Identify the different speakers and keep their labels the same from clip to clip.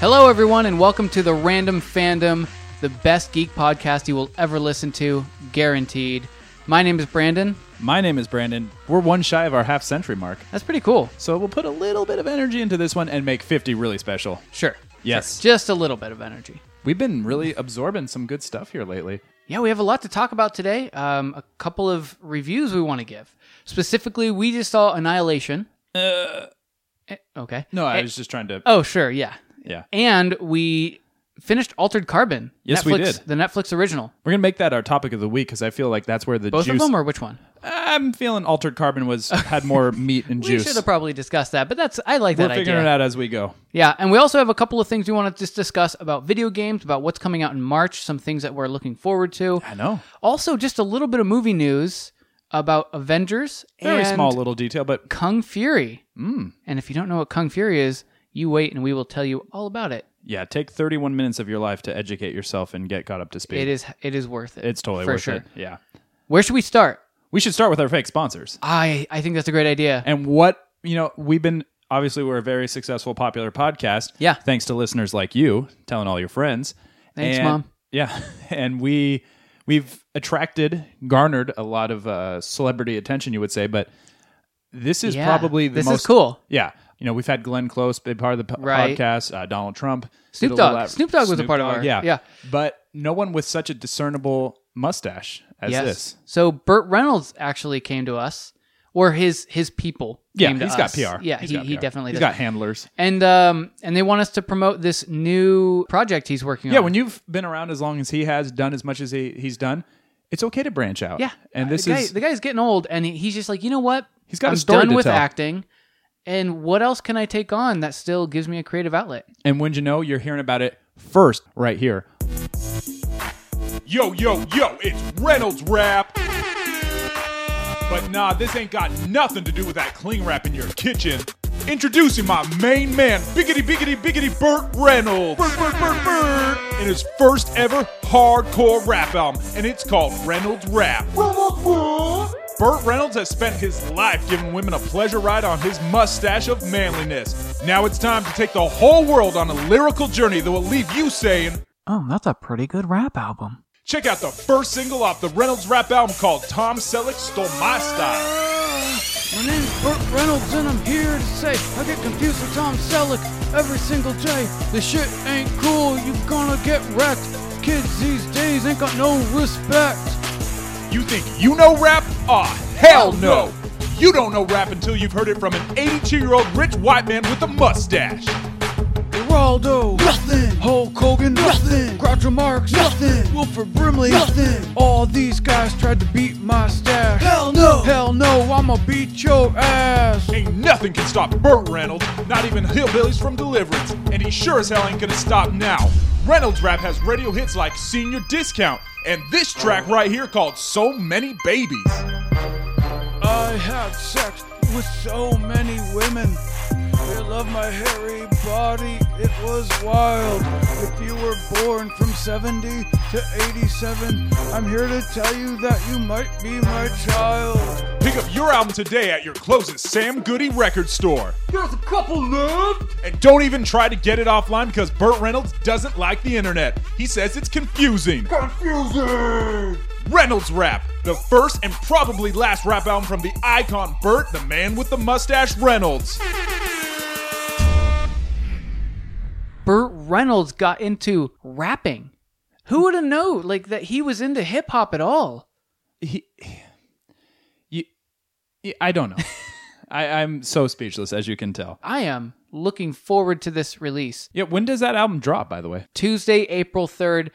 Speaker 1: Hello, everyone, and welcome to the Random Fandom, the best geek podcast you will ever listen to, guaranteed. My name is Brandon.
Speaker 2: My name is Brandon. We're one shy of our half century mark.
Speaker 1: That's pretty cool.
Speaker 2: So we'll put a little bit of energy into this one and make 50 really special.
Speaker 1: Sure.
Speaker 2: Yes.
Speaker 1: Sure. Just a little bit of energy.
Speaker 2: We've been really absorbing some good stuff here lately.
Speaker 1: Yeah, we have a lot to talk about today. Um, a couple of reviews we want to give. Specifically, we just saw Annihilation. Eh, okay.
Speaker 2: No, I was just trying to.
Speaker 1: Oh, sure. Yeah.
Speaker 2: Yeah.
Speaker 1: And we finished Altered Carbon.
Speaker 2: Yes,
Speaker 1: Netflix,
Speaker 2: we did.
Speaker 1: The Netflix original.
Speaker 2: We're going to make that our topic of the week because I feel like that's where the
Speaker 1: Both
Speaker 2: juice.
Speaker 1: of them, or which one?
Speaker 2: I'm feeling Altered Carbon was had more meat and
Speaker 1: We should
Speaker 2: juice.
Speaker 1: have probably discussed that, but that's I like
Speaker 2: We're
Speaker 1: that idea.
Speaker 2: figuring it out as we go.
Speaker 1: Yeah, and we also have a couple of things we want to just discuss about video games, about what's coming out in March, some things that we're looking forward to.
Speaker 2: I know.
Speaker 1: Also, just a little bit of movie news about Avengers
Speaker 2: Very
Speaker 1: and
Speaker 2: small Mm. little detail, but
Speaker 1: Kung Fury. And if you don't know what Kung Fury is, you wait and we will tell you all about it.
Speaker 2: yeah, take 31 minutes of your life to educate yourself and get caught up to speed.
Speaker 1: It is it is worth it.
Speaker 2: It's totally
Speaker 1: for
Speaker 2: worth
Speaker 1: sure.
Speaker 2: it. Yeah.
Speaker 1: Where should we start?
Speaker 2: We should start with our fake sponsors.
Speaker 1: I I think that's a great idea.
Speaker 2: and what you know we've been obviously we're a very successful popular podcast
Speaker 1: Yeah.
Speaker 2: thanks to listeners like you telling all your friends
Speaker 1: Thanks,
Speaker 2: And-
Speaker 1: Mom.
Speaker 2: yeah and we we've attracted garnered a lot of uh, celebrity attention you would say but this is
Speaker 1: Yeah.
Speaker 2: probably the
Speaker 1: This is
Speaker 2: most
Speaker 1: cool.
Speaker 2: yeah you know we've had glenn close big part of the po-
Speaker 1: Right.
Speaker 2: podcast uh, donald trump
Speaker 1: Snoop
Speaker 2: did a little
Speaker 1: Dogg.
Speaker 2: out-
Speaker 1: Snoop Dogg was a part of our-
Speaker 2: yeah
Speaker 1: yeah.
Speaker 2: but no one with such a discernible mustache as
Speaker 1: yes.
Speaker 2: this
Speaker 1: So Burt Reynolds actually came to us, or his his people.
Speaker 2: yeah
Speaker 1: came to
Speaker 2: he's
Speaker 1: us.
Speaker 2: got pr
Speaker 1: Yeah,
Speaker 2: He's
Speaker 1: he,
Speaker 2: got
Speaker 1: he
Speaker 2: PR.
Speaker 1: definitely
Speaker 2: he's
Speaker 1: does.
Speaker 2: got handlers
Speaker 1: and um and they want us to promote this new project he's working
Speaker 2: Yeah,
Speaker 1: on.
Speaker 2: when you've been around as long as he has, done as much as he, he's done, it's okay to branch out.
Speaker 1: yeah,
Speaker 2: and
Speaker 1: Uh,
Speaker 2: this
Speaker 1: the guy,
Speaker 2: is
Speaker 1: the guy's getting old, and he- he's just like, you know what?
Speaker 2: He's got a
Speaker 1: I'm
Speaker 2: story
Speaker 1: done
Speaker 2: to
Speaker 1: with
Speaker 2: tell."
Speaker 1: acting, and what else can I take on that still gives me a creative outlet?
Speaker 2: and when you know, you're hearing about it first right here.
Speaker 3: Yo, yo, yo, it's Reynolds Rap! But nah, this ain't got nothing to do with that cling wrap in your kitchen. Introducing my main man, biggity biggity biggity Burt Reynolds! Burt, Burt, Burt, Burt! In his first ever hardcore rap album, and it's called Reynolds Rap. Burt Reynolds has spent his life giving women a pleasure ride on his mustache of manliness. Now it's time to take the whole world on a lyrical journey that will leave you saying,
Speaker 1: Oh, that's a pretty good rap album.
Speaker 3: Check out the first single off the Reynolds rap album called Tom Selleck Stole My Style.
Speaker 1: My name's Burt Reynolds, and I'm here to say I get confused with Tom Selleck every single day. The shit ain't cool. You gonna get wrecked. Kids these days ain't got no respect.
Speaker 3: You think you know rap? Ah, hell no! You don't know rap until you've heard it from an 82 year old rich white man with a mustache.
Speaker 4: Geraldo, nothing. Hulk Hogan, nothing. Groucho Marx, nothing. Wilford Brimley, nothing. All these guys tried to beat my stash. Hell no. Hell no, I'ma beat your ass.
Speaker 3: Ain't nothing can stop Burt Reynolds, not even hillbillies from Deliverance, and he sure as hell ain't gonna stop now. Reynolds rap has radio hits like Senior Discount and this track right here called So Many Babies.
Speaker 4: I had sex with so many women. They loved my hairy body, it was wild. If you were born from 70 to 87, I'm here to tell you that you might be my child.
Speaker 3: Pick up your album today at your closest Sam Goody record store. There's a couple left! And don't even try to get it offline because Burt Reynolds doesn't like the internet. He says it's confusing. Confusing! Reynolds Rap, the first and probably last rap album from the icon Burt, the man with the mustache Reynolds.
Speaker 1: Burt Reynolds got into rapping. Who would have known like that he was into hip hop at all?
Speaker 2: He, you, you- I don't know. I, I'm so speechless, as you can tell.
Speaker 1: I am looking forward to this release.
Speaker 2: Yeah, when does that album drop? By the way,
Speaker 1: Tuesday, April 3rd.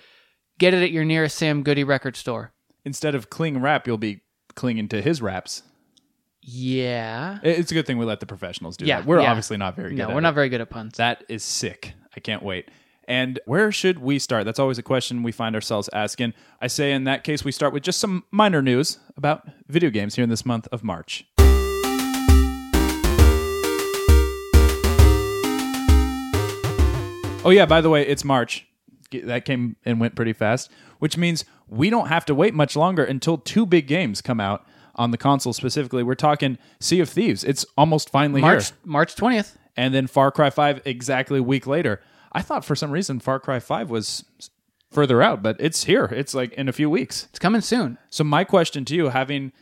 Speaker 1: Get it at your nearest Sam Goody record store.
Speaker 2: instead of cling rap, you'll be clinging to his raps.
Speaker 1: Yeah.
Speaker 2: It- It's a good thing we let the professionals do
Speaker 1: Yeah,
Speaker 2: that. We're
Speaker 1: yeah.
Speaker 2: obviously not very good.
Speaker 1: No,
Speaker 2: at
Speaker 1: we're
Speaker 2: it.
Speaker 1: not very good at puns.
Speaker 2: That is sick. I can't wait. And where should we start? That's always a question we find ourselves asking. I say in that case, we start with just some minor news about video games here in this month of March. Oh, yeah, by the way, it's March. That came and went pretty fast, which means we don't have to wait much longer until two big games come out on the console specifically. We're talking Sea of Thieves. It's almost finally
Speaker 1: March
Speaker 2: here.
Speaker 1: March twentieth.
Speaker 2: And then Far Cry 5 exactly a week later. I thought for some reason Far Cry 5 was further out, but it's here. It's like in a few weeks.
Speaker 1: It's coming soon.
Speaker 2: So my question to you, having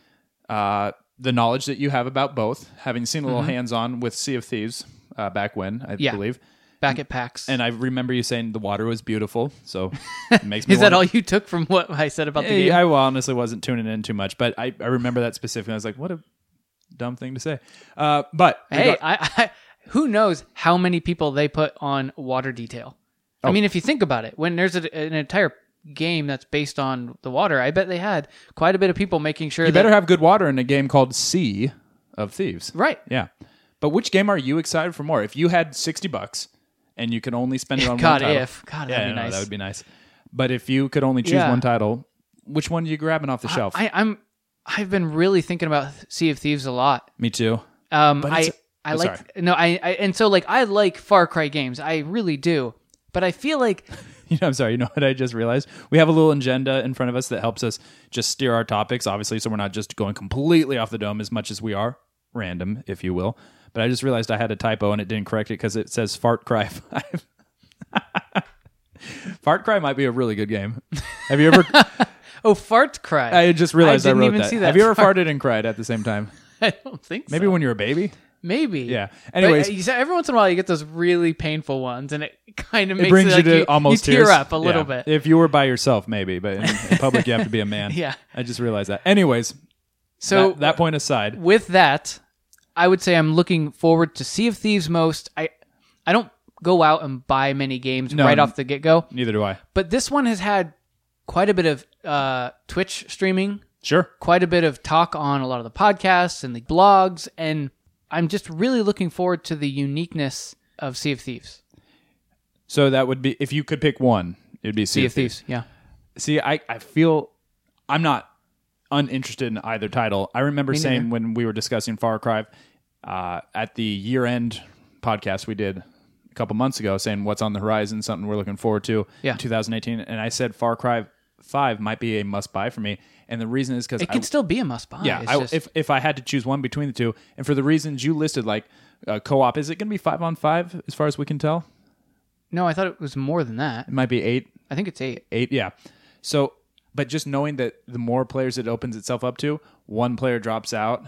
Speaker 2: uh, the knowledge that you have about both, having seen a little hands-on with Sea of Thieves uh, back when, I
Speaker 1: Mm-hmm. Yeah.
Speaker 2: believe,
Speaker 1: Back at PAX.
Speaker 2: and I remember you saying the water was beautiful, so it makes me.
Speaker 1: is that
Speaker 2: wanna-
Speaker 1: all you took from what I said about the
Speaker 2: Hey,
Speaker 1: game?
Speaker 2: I honestly wasn't tuning in too much, but I, I remember that specifically. I was like, what a dumb thing to say. Uh, but
Speaker 1: hey, I, I who knows how many people they put on water detail?
Speaker 2: Oh.
Speaker 1: I mean, if you think about it, when there's a, an entire game that's based on the water, I bet they had quite a bit of people making sure
Speaker 2: you
Speaker 1: that,
Speaker 2: better have good water in a game called Sea of Thieves,
Speaker 1: right.
Speaker 2: Yeah. But which game are you excited for more? If you had sixty bucks and you could only spend it on
Speaker 1: God,
Speaker 2: one title,
Speaker 1: if. God, that'd
Speaker 2: yeah,
Speaker 1: be
Speaker 2: no,
Speaker 1: nice.
Speaker 2: that would be nice. But if you could only choose
Speaker 1: Yeah.
Speaker 2: one title, which one are you grabbing off the shelf?
Speaker 1: I, I'm I've been really thinking about Sea of Thieves a lot.
Speaker 2: Me too.
Speaker 1: Um,
Speaker 2: But
Speaker 1: I
Speaker 2: it's-
Speaker 1: I
Speaker 2: I'm
Speaker 1: like
Speaker 2: sorry.
Speaker 1: no I, I and so like I like Far Cry games. I really do. But I feel like
Speaker 2: You know, I'm sorry. You know what I just realized? We have a little agenda in front of us that helps us just steer our topics, obviously, so we're not just going completely off the dome as much as we are random, if you will. But I just realized I had a typo and it didn't correct it because it says Fart Cry Five. Fart Cry might be a really good game. Have you ever?
Speaker 1: oh Fart Cry.
Speaker 2: I just realized I,
Speaker 1: didn't
Speaker 2: wrote
Speaker 1: even
Speaker 2: that.
Speaker 1: see that.
Speaker 2: Have you ever
Speaker 1: Fart-
Speaker 2: farted and cried at the same time?
Speaker 1: I don't think so.
Speaker 2: Maybe when you were a baby.
Speaker 1: Maybe.
Speaker 2: Yeah.
Speaker 1: But,
Speaker 2: Anyways.
Speaker 1: uh, you see, every once in a while you get those really painful ones, and it kind of makes
Speaker 2: It brings
Speaker 1: it, like,
Speaker 2: you to almost
Speaker 1: you tear
Speaker 2: tears.
Speaker 1: up a little
Speaker 2: Yeah.
Speaker 1: bit.
Speaker 2: If you were by yourself, maybe, but in, in public, you have to be a man.
Speaker 1: Yeah.
Speaker 2: I just realized that. Anyways,
Speaker 1: So
Speaker 2: that, that point aside,
Speaker 1: with that, I would say I'm looking forward to Sea of Thieves most. I I don't go out and buy many games
Speaker 2: No,
Speaker 1: right
Speaker 2: n-
Speaker 1: off the get go,
Speaker 2: neither do I.
Speaker 1: but this one has had quite a bit of uh, Twitch streaming,
Speaker 2: Sure.
Speaker 1: quite a bit of talk on a lot of the podcasts and the blogs, and I'm just really looking forward to the uniqueness of Sea of Thieves.
Speaker 2: So that would be if you could pick one, it'd be Sea,
Speaker 1: Sea of Thieves, yeah.
Speaker 2: See, I, I feel I'm not uninterested in either title. I remember saying when we were discussing Far Cry uh, at the year end podcast we did a couple months ago, saying what's on the horizon, something we're looking forward to
Speaker 1: Yeah.
Speaker 2: in 2018. And I said Far Cry 5 might be a must buy for me. And the reason is because
Speaker 1: It can still be a must buy.
Speaker 2: yeah,
Speaker 1: It's
Speaker 2: I,
Speaker 1: just-
Speaker 2: if if I had to choose one between the two, and for the reasons you listed, like uh, co-op, is it going to be five on five? As far as we can tell,
Speaker 1: No, I thought it was more than that.
Speaker 2: it might be eight,
Speaker 1: I think it's eight.
Speaker 2: eight, yeah. So, but just knowing that the more players it opens itself up to, one player drops out,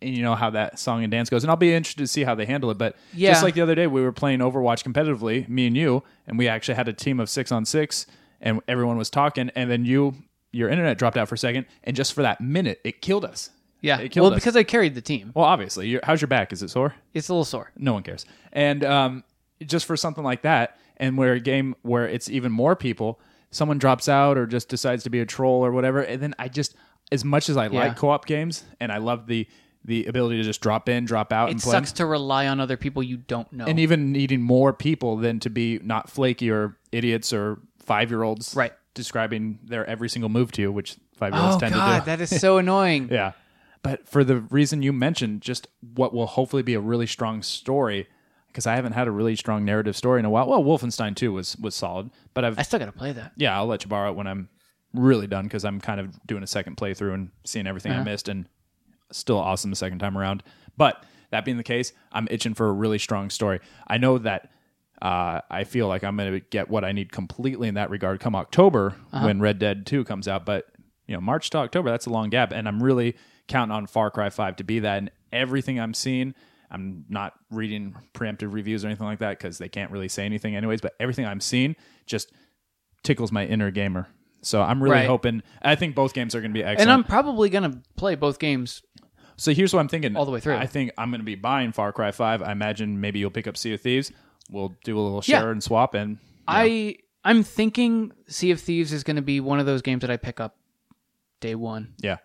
Speaker 2: and you know how that song and dance goes. And I'll be interested to see how they handle it. But
Speaker 1: Yeah.
Speaker 2: just like the other day, we were playing Overwatch competitively, me and you, and we actually had a team of six on six, and everyone was talking, and then you. Your internet dropped out for a second, and just for that minute, it killed us.
Speaker 1: Yeah.
Speaker 2: it killed
Speaker 1: Well,
Speaker 2: us.
Speaker 1: because I carried the team.
Speaker 2: Well, obviously, your how's your back? Is it sore?
Speaker 1: It's a little sore.
Speaker 2: No one cares. And um, just for something like that, and where a game where it's even more people, someone drops out or just decides to be a troll or whatever, and then I just, as much as I
Speaker 1: Yeah.
Speaker 2: like co-op games, and I love the the ability to just drop in, drop out,
Speaker 1: It
Speaker 2: and play.
Speaker 1: sucks to rely on other people you don't know.
Speaker 2: And even needing more people than to be not flaky or idiots or five year olds,
Speaker 1: Right.
Speaker 2: Describing their every single move to you, which five year olds
Speaker 1: oh
Speaker 2: tend
Speaker 1: god,
Speaker 2: to do.
Speaker 1: that is so annoying.
Speaker 2: Yeah. But for the reason you mentioned, just what will hopefully be a really strong story, because I haven't had a really strong narrative story in a while. Well, Wolfenstein 2 was was solid, but I've
Speaker 1: I still gotta play that.
Speaker 2: yeah, I'll let you borrow it when I'm really done because I'm kind of doing a second playthrough and seeing everything I missed, and still awesome the second time around. But that being the case, I'm itching for a really strong story. I know that uh, I feel like I'm going to get what I need completely in that regard come October
Speaker 1: Uh-huh.
Speaker 2: when Red Dead 2 comes out. But you know, March to October, that's a long gap, and I'm really counting on Far Cry 5 to be that. And everything I'm seeing. I'm not reading preemptive reviews or anything like that because they can't really say anything, anyways. But everything I'm seeing just tickles my inner gamer. So I'm really
Speaker 1: Right.
Speaker 2: hoping. I think both games are going to be
Speaker 1: And
Speaker 2: excellent.
Speaker 1: I'm probably gonna play both games.
Speaker 2: so here's what I'm thinking
Speaker 1: All the way through.
Speaker 2: I think I'm going to be buying Far Cry Five. I imagine maybe you'll pick up Sea of Thieves. We'll do a little
Speaker 1: Yeah.
Speaker 2: share and swap, and
Speaker 1: I I'm thinking Sea of Thieves is gonna be one of those games that I pick up day one.
Speaker 2: yeah.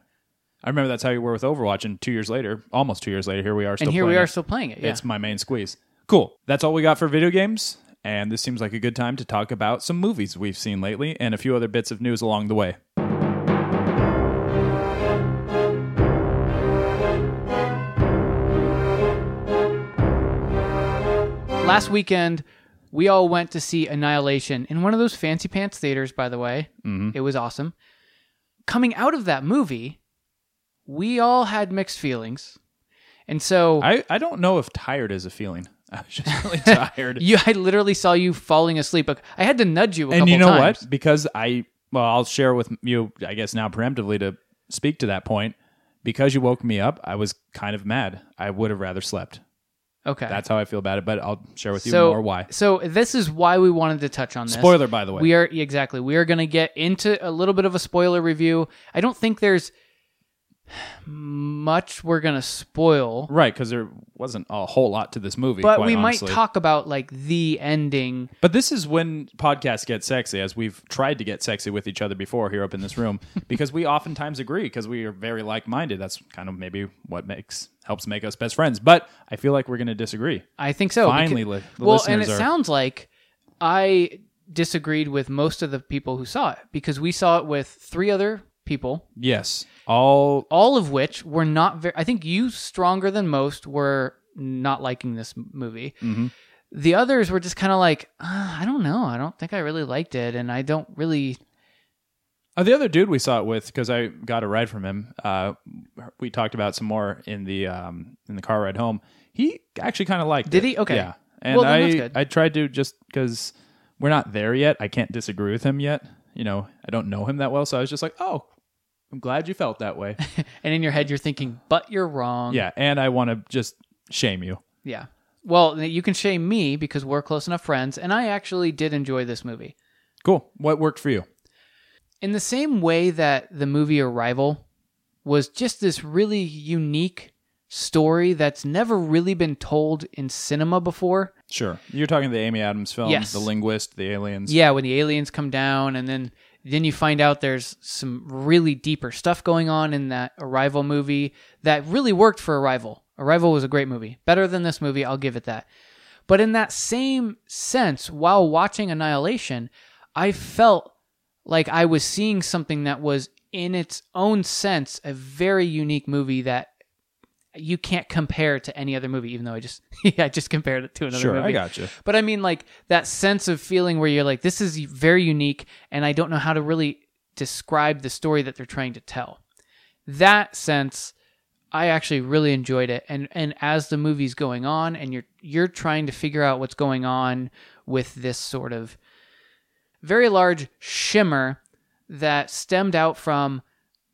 Speaker 2: I remember that's how you were with Overwatch, and two years later, almost two years later, here we are. Still
Speaker 1: and here we
Speaker 2: playing
Speaker 1: are
Speaker 2: it.
Speaker 1: still playing it. Yeah.
Speaker 2: It's my main squeeze. Cool. That's all we got for video games, and this seems like a good time to talk about some movies we've seen lately and a few other bits of news along the way.
Speaker 1: Last weekend
Speaker 2: Mm-hmm.
Speaker 1: we all went to see Annihilation in one of those fancy pants theaters, by the way. It was awesome. coming out of that movie, we all had mixed feelings. And so
Speaker 2: I, I don't know if tired is a feeling. I was just really tired.
Speaker 1: you I literally saw you falling asleep. I had to nudge you a
Speaker 2: and
Speaker 1: couple
Speaker 2: you know
Speaker 1: times.
Speaker 2: what? Because I well, I'll share with you, I guess now preemptively to speak to that point. Because you woke me up, I was kind of mad. I would have rather slept.
Speaker 1: Okay.
Speaker 2: That's how I feel about it. But I'll share with you
Speaker 1: so,
Speaker 2: more why.
Speaker 1: So this is why we wanted to touch on this.
Speaker 2: Spoiler, by the way.
Speaker 1: We are yeah, exactly. We are going to get into a little bit of a spoiler review. I don't think there's much we're going to spoil,
Speaker 2: right? Because there wasn't a whole lot to this movie.
Speaker 1: but
Speaker 2: quite
Speaker 1: we
Speaker 2: honestly.
Speaker 1: might talk about like the ending.
Speaker 2: But this is when podcasts get sexy, as we've tried to get sexy with each other before here up in this room, because we oftentimes agree because we are very like minded. That's kind of maybe what makes helps make us best friends. But I feel like we're going to disagree.
Speaker 1: I think so.
Speaker 2: Finally,
Speaker 1: because-
Speaker 2: li- the
Speaker 1: Oh, well, and it
Speaker 2: listeners are-
Speaker 1: sounds like I disagreed with most of the people who saw it because we saw it with three other people
Speaker 2: Yes, all
Speaker 1: all of which were not very. I think you stronger than most were not liking this m- movie.
Speaker 2: Mm-hmm.
Speaker 1: The others were just kind of like, uh, I don't know. I don't think I really liked it, and I don't really.
Speaker 2: uh, the other dude we saw it with because I got a ride from him. Uh, we talked about some more in the um, in the car ride home. He actually kind of liked.
Speaker 1: Did
Speaker 2: it.
Speaker 1: he? Okay.
Speaker 2: Yeah, and
Speaker 1: Well, then that's
Speaker 2: I
Speaker 1: good.
Speaker 2: I tried to just because we're not there yet. I can't disagree with him yet. You know, I don't know him that well, so I was just like, oh. I'm glad you felt that way.
Speaker 1: And in your head, you're thinking, but you're wrong.
Speaker 2: Yeah, and I want to just shame you.
Speaker 1: Yeah. Well, you can shame me because we're close enough friends, and I actually did enjoy this movie.
Speaker 2: Cool. What worked for you?
Speaker 1: in the same way that the movie Arrival was just this really unique story that's never really been told in cinema before.
Speaker 2: Sure. You're talking the Amy Adams films,
Speaker 1: Yes.
Speaker 2: the linguist, the aliens.
Speaker 1: Yeah, when the aliens come down and then then you find out there's some really deeper stuff going on in that Arrival movie that really worked for Arrival. Arrival was a great movie. Better than this movie, I'll give it that. But in that same sense, while watching Annihilation, I felt like I was seeing something that was in its own sense a very unique movie that you can't compare to any other movie even though I just yeah, I just compared it to another
Speaker 2: Sure, I
Speaker 1: movie.
Speaker 2: gotcha.
Speaker 1: But I mean, like that sense of feeling where you're like, this is very unique, and I don't know how to really describe the story that they're trying to tell. That sense, I actually really enjoyed it. And and as the movie's going on, and you're you're trying to figure out what's going on with this sort of very large shimmer that stemmed out from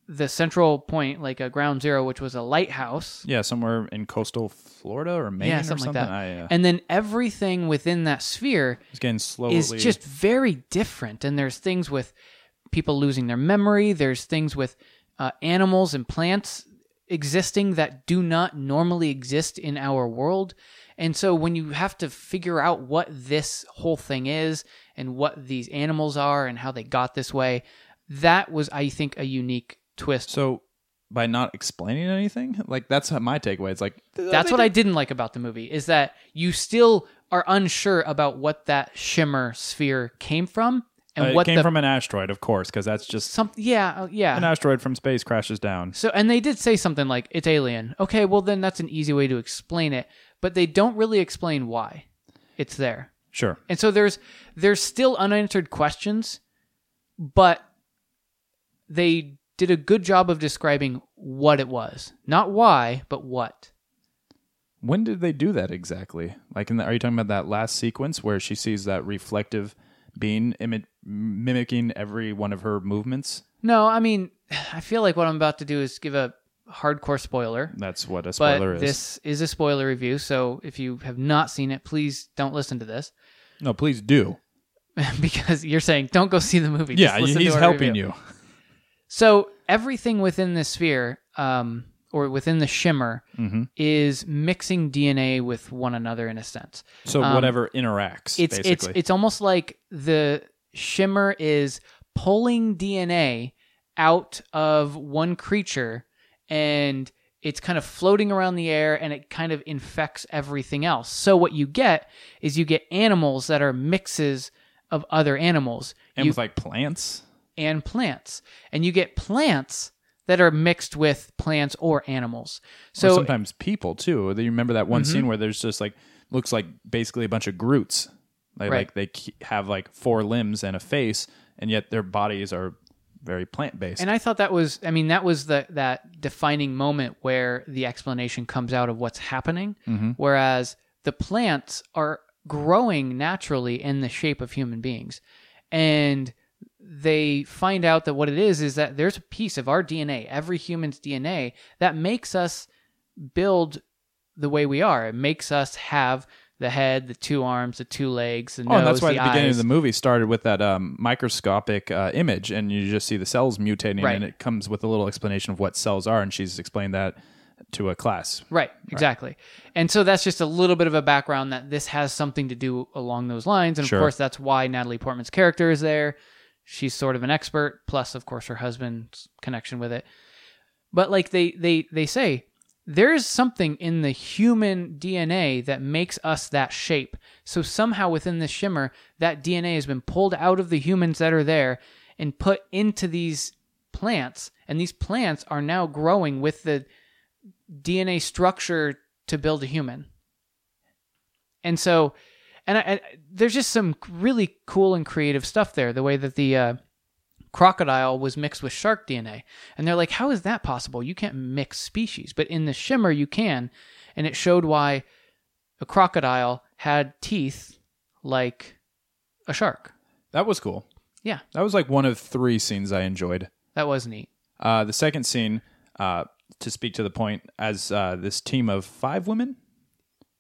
Speaker 1: the central point, like a ground zero, which was a lighthouse.
Speaker 2: Yeah, somewhere in coastal Florida or Maine
Speaker 1: Yeah,
Speaker 2: or
Speaker 1: something,
Speaker 2: something.
Speaker 1: like that.
Speaker 2: I, uh,
Speaker 1: And then everything within that sphere
Speaker 2: it's getting slowly.
Speaker 1: is just very different. And there's things with people losing their memory. There's things with uh, animals and plants existing that do not normally exist in our world. And so when you have to figure out what this whole thing is and what these animals are and how they got this way, that was, I think, a unique twist.
Speaker 2: So by not explaining anything, like that's my takeaway. It's like
Speaker 1: That's what I didn't like about the movie is that you still are unsure about what that shimmer sphere came from and
Speaker 2: Uh, it
Speaker 1: what
Speaker 2: came
Speaker 1: the
Speaker 2: from an asteroid, of course, because that's just
Speaker 1: some yeah uh, yeah
Speaker 2: an asteroid from space crashes down.
Speaker 1: So, and they did say something like, it's alien. Okay, well, then that's an easy way to explain it, but they don't really explain why it's there.
Speaker 2: Sure.
Speaker 1: And so there's there's still unanswered questions, but they did a good job of describing what it was. Not why, but what.
Speaker 2: When did they do that exactly? Like, in the, are you talking about that last sequence where she sees that reflective being imi- mimicking every one of her movements?
Speaker 1: No, I mean, I feel like what I'm about to do is give a hardcore spoiler.
Speaker 2: That's what a
Speaker 1: But
Speaker 2: spoiler is.
Speaker 1: this is a spoiler review, so if you have not seen it, please don't listen to this.
Speaker 2: no, please do.
Speaker 1: because you're saying don't go see the movie.
Speaker 2: Yeah,
Speaker 1: just listen to
Speaker 2: he's
Speaker 1: our
Speaker 2: helping
Speaker 1: review."
Speaker 2: you.
Speaker 1: So everything within the sphere, um, or within the shimmer,
Speaker 2: Mm-hmm.
Speaker 1: is mixing DNA with one another in a sense.
Speaker 2: So whatever interacts,
Speaker 1: Um, It's
Speaker 2: basically.
Speaker 1: it's it's almost like the shimmer is pulling DNA out of one creature, and it's kind of floating around the air, and it kind of infects everything else. So what you get is you get animals that are mixes of other animals.
Speaker 2: and
Speaker 1: You-
Speaker 2: with like plants.
Speaker 1: and plants. And you get plants that are mixed with plants or animals.
Speaker 2: or
Speaker 1: So Mm-hmm.
Speaker 2: sometimes people too. You remember that one scene where there's just like looks like basically a bunch of Groots. They,
Speaker 1: Right.
Speaker 2: Like they ke- have like four limbs and a face, and yet their bodies are very plant based.
Speaker 1: And I thought that was, I mean, that was the that defining moment where the explanation comes out of what's happening.
Speaker 2: Mm-hmm.
Speaker 1: Whereas the plants are growing naturally in the shape of human beings, and they find out that what it is is that there's a piece of our DNA, every human's DNA, that makes us build the way we are. It makes us have the head, the two arms, the two legs, the nose,
Speaker 2: Oh, and that's why
Speaker 1: the,
Speaker 2: the beginning
Speaker 1: eyes.
Speaker 2: of the movie started with that um, microscopic uh, image, and you just see the cells mutating,
Speaker 1: Right.
Speaker 2: and it comes with a little explanation of what cells are, and she's explained that to a class.
Speaker 1: Right, exactly. And so that's just a little bit of a background that this has something to do along those lines. And
Speaker 2: Sure.
Speaker 1: of course, that's why Natalie Portman's character is there. She's sort of an expert, plus, of course, her husband's connection with it. But like they they they say, there is something in the human DNA that makes us that shape. So somehow within this shimmer, that DNA has been pulled out of the humans that are there and put into these plants, and these plants are now growing with the DNA structure to build a human. And so, and I, I, there's just some really cool and creative stuff there. The way that the uh, crocodile was mixed with shark DNA, and they're like, "How is that possible? You can't mix species." But in the Shimmer, you can, and it showed why a crocodile had teeth like a shark.
Speaker 2: That was cool.
Speaker 1: Yeah,
Speaker 2: That was like one of three scenes I enjoyed.
Speaker 1: that was neat.
Speaker 2: Uh, the second scene, uh, to speak to the point, as uh, this team of five women,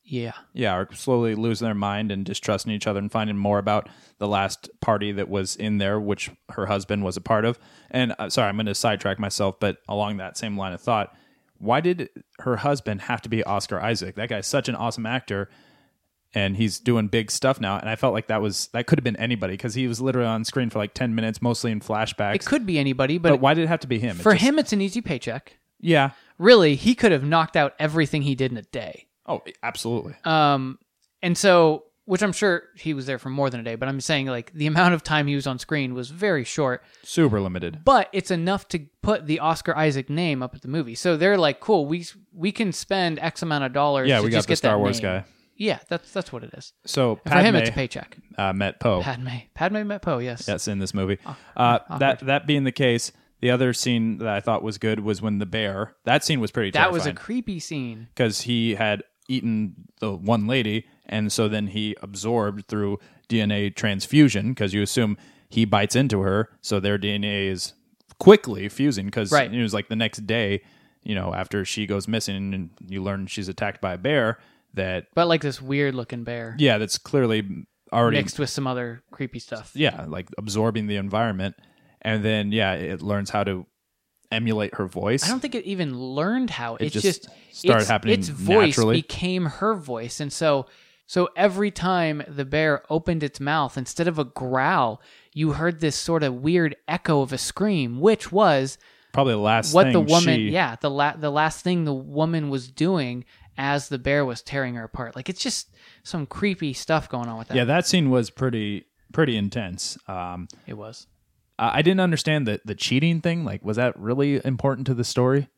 Speaker 1: Yeah,
Speaker 2: yeah, are slowly losing their mind and distrusting each other and finding more about the last party that was in there, which her husband was a part of. And uh, sorry, I'm going to sidetrack myself, but along that same line of thought, why did her husband have to be Oscar Isaac? That guy's such an awesome actor, and he's doing big stuff now. And I felt like that was that could have been anybody because he was literally on screen for like ten minutes, mostly in flashbacks.
Speaker 1: it could be anybody, but,
Speaker 2: but why did it have to be him? It
Speaker 1: for
Speaker 2: just-
Speaker 1: him, it's an easy paycheck.
Speaker 2: yeah.
Speaker 1: Really, he could have knocked out everything he did in a day.
Speaker 2: Oh, absolutely.
Speaker 1: Um, and so, which I'm sure he was there for more than a day, but I'm saying like the amount of time he was on screen was very short,
Speaker 2: Super limited.
Speaker 1: but it's enough to put the Oscar Isaac name up at the movie. So they're like, cool, we we can spend X amount of dollars.
Speaker 2: Yeah,
Speaker 1: to
Speaker 2: we got
Speaker 1: just
Speaker 2: the
Speaker 1: get
Speaker 2: Star
Speaker 1: that
Speaker 2: Wars
Speaker 1: name.
Speaker 2: guy.
Speaker 1: Yeah, that's that's what it is.
Speaker 2: So
Speaker 1: And for him, it's a
Speaker 2: Padme,
Speaker 1: paycheck.
Speaker 2: uh, met Poe.
Speaker 1: Padme, Ah, Padme met Poe. Yes.
Speaker 2: That's in this movie. Uh, that that being the case, the other scene that I thought was good was when the bear. That scene was pretty.
Speaker 1: That was a
Speaker 2: terrifying
Speaker 1: creepy scene.
Speaker 2: because he had eaten the one lady, and so then he absorbed through DNA transfusion because you assume he bites into her, so their DNA is quickly fusing because
Speaker 1: Right.
Speaker 2: it was like the next day, you know, after she goes missing and you learn she's attacked by a bear that
Speaker 1: But like this weird looking bear
Speaker 2: yeah, that's clearly already
Speaker 1: mixed with some other creepy stuff.
Speaker 2: yeah, like absorbing the environment, and then yeah, it learns how to emulate her voice.
Speaker 1: I don't think it even learned how. It,
Speaker 2: just
Speaker 1: just,
Speaker 2: started
Speaker 1: its,
Speaker 2: happening
Speaker 1: Its voice
Speaker 2: naturally.
Speaker 1: became her voice, and so so every time the bear opened its mouth, instead of a growl, you heard this sort of weird echo of a scream, which was
Speaker 2: Probably the last
Speaker 1: what
Speaker 2: thing
Speaker 1: the woman,
Speaker 2: she-
Speaker 1: yeah, the la- the last thing the woman was doing as the bear was tearing her apart. Like it's just some creepy stuff going on with that.
Speaker 2: yeah, that scene was pretty pretty intense. Um,
Speaker 1: it was.
Speaker 2: I I didn't understand the the cheating thing. Like, was that really important to the story?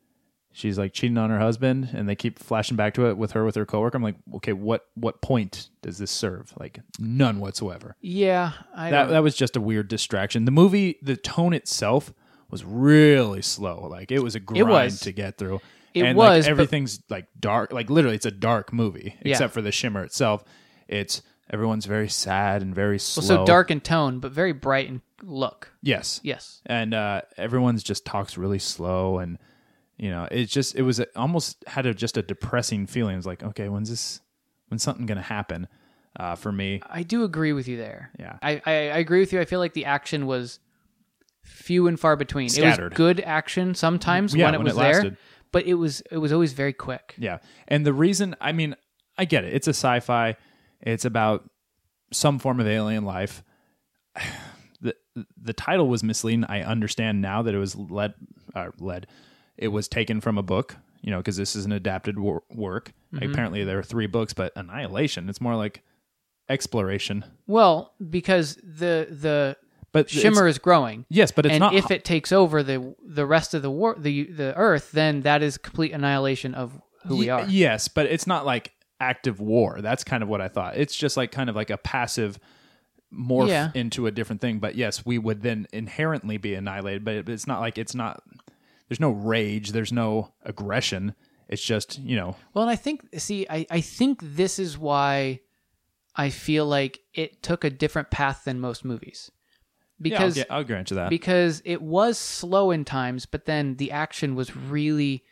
Speaker 2: She's like cheating on her husband, and they keep flashing back to it with her with her coworker. I'm like, okay, what what point does this serve? Like, none whatsoever.
Speaker 1: Yeah, I
Speaker 2: that
Speaker 1: don't-
Speaker 2: that was just a weird distraction. The movie, the tone itself was really slow. Like it was a grind
Speaker 1: was.
Speaker 2: to get through.
Speaker 1: It
Speaker 2: and
Speaker 1: was,
Speaker 2: like,
Speaker 1: but-
Speaker 2: everything's like dark. Like literally, it's a dark movie
Speaker 1: Yeah.
Speaker 2: except for the shimmer itself. It's everyone's very sad and very slow.
Speaker 1: well, so dark in tone, but very bright in look.
Speaker 2: Yes.
Speaker 1: Yes.
Speaker 2: And uh, everyone's just talks really slow and. You know, it's just it was a, almost had a, just a depressing feeling. It was like, okay, when's this? When's something gonna happen? Uh, for me,
Speaker 1: I do agree with you there.
Speaker 2: Yeah.
Speaker 1: I, I, I agree with you. I feel like the action was few and far between. It
Speaker 2: Scattered.
Speaker 1: was good action sometimes
Speaker 2: Yeah,
Speaker 1: when it
Speaker 2: when
Speaker 1: was
Speaker 2: it lasted.
Speaker 1: there, but it was it was always very quick.
Speaker 2: Yeah. And the reason, I mean, I get it. It's a sci fi, it's about some form of alien life. The, the title was misleading. I understand now that it was led, uh, led. It was taken from a book, you know, because this is an adapted wor- work.
Speaker 1: Mm-hmm.
Speaker 2: Apparently, there are three books, but Annihilation. It's more like exploration.
Speaker 1: Well, because the the
Speaker 2: But it's-
Speaker 1: shimmer is growing.
Speaker 2: yes, but it's
Speaker 1: and
Speaker 2: not.
Speaker 1: if it takes over the the rest of the war the the earth, then that is complete annihilation of who we
Speaker 2: Ye-
Speaker 1: are.
Speaker 2: Yes, but it's not like active war. That's kind of what I thought. It's just like kind of like a passive morph
Speaker 1: Yeah.
Speaker 2: into a different thing. But yes, we would then inherently be annihilated. But it- it's not like it's not. There's no rage. There's no aggression. It's just you know.
Speaker 1: Well, and I think see, I, I think this is why I feel like it took a different path than most movies.
Speaker 2: Yeah, I'll,
Speaker 1: Because
Speaker 2: get- I'll grant you that.
Speaker 1: because it was slow in times, but then the action was really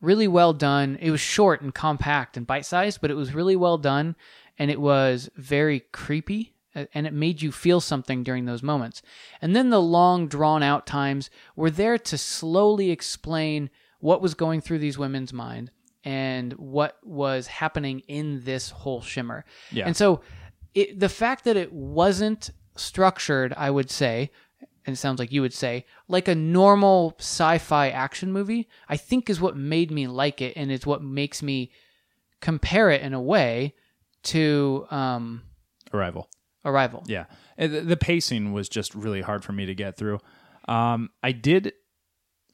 Speaker 1: really well done. It was short and compact and bite-sized, but it was really well done and it was very creepy a- and it made you feel something during those moments. And then the long drawn out times were there to slowly explain what was going through these women's mind and what was happening in this whole shimmer.
Speaker 2: Yeah.
Speaker 1: And so it, the fact that it wasn't structured, I would say, and it sounds like you would say, like a normal sci fi action movie, I think is what made me like it and is what makes me compare it in a way to um,
Speaker 2: Arrival.
Speaker 1: Arrival.
Speaker 2: Yeah, And the the pacing was just really hard for me to get through. Um, I did,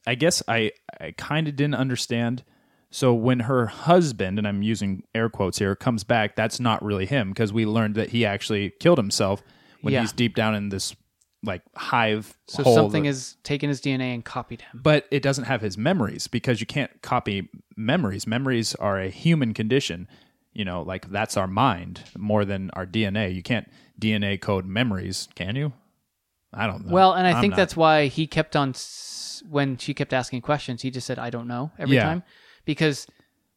Speaker 2: I guess I I kind of didn't understand. So when her husband, and I'm using air quotes here, comes back, that's not really him because we learned that he actually killed himself when
Speaker 1: Yeah.
Speaker 2: he's deep down in this like hive.
Speaker 1: So
Speaker 2: hole
Speaker 1: something
Speaker 2: that-
Speaker 1: has taken his DNA and copied him.
Speaker 2: but it doesn't have his memories because you can't copy memories. Memories are a human condition. You know, like that's our mind more than our DNA. You can't DNA code memories, can you? I don't know.
Speaker 1: Well, and I
Speaker 2: Oh, I'm
Speaker 1: think
Speaker 2: not.
Speaker 1: that's why he kept on s- when she kept asking questions. He just said, "I don't know" every
Speaker 2: Yeah.
Speaker 1: time because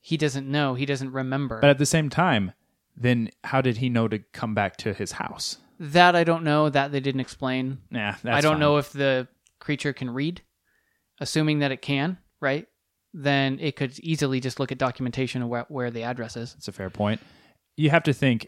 Speaker 1: he doesn't know. He doesn't remember
Speaker 2: But at the same time, then how did he know to come back to his house?
Speaker 1: that. I don't know that they didn't explain.
Speaker 2: Nah, that's
Speaker 1: I don't
Speaker 2: fine.
Speaker 1: know if the creature can read. Assuming that it can, right? Then it could easily just look at documentation of where, where the address is.
Speaker 2: That's a fair point. You have to think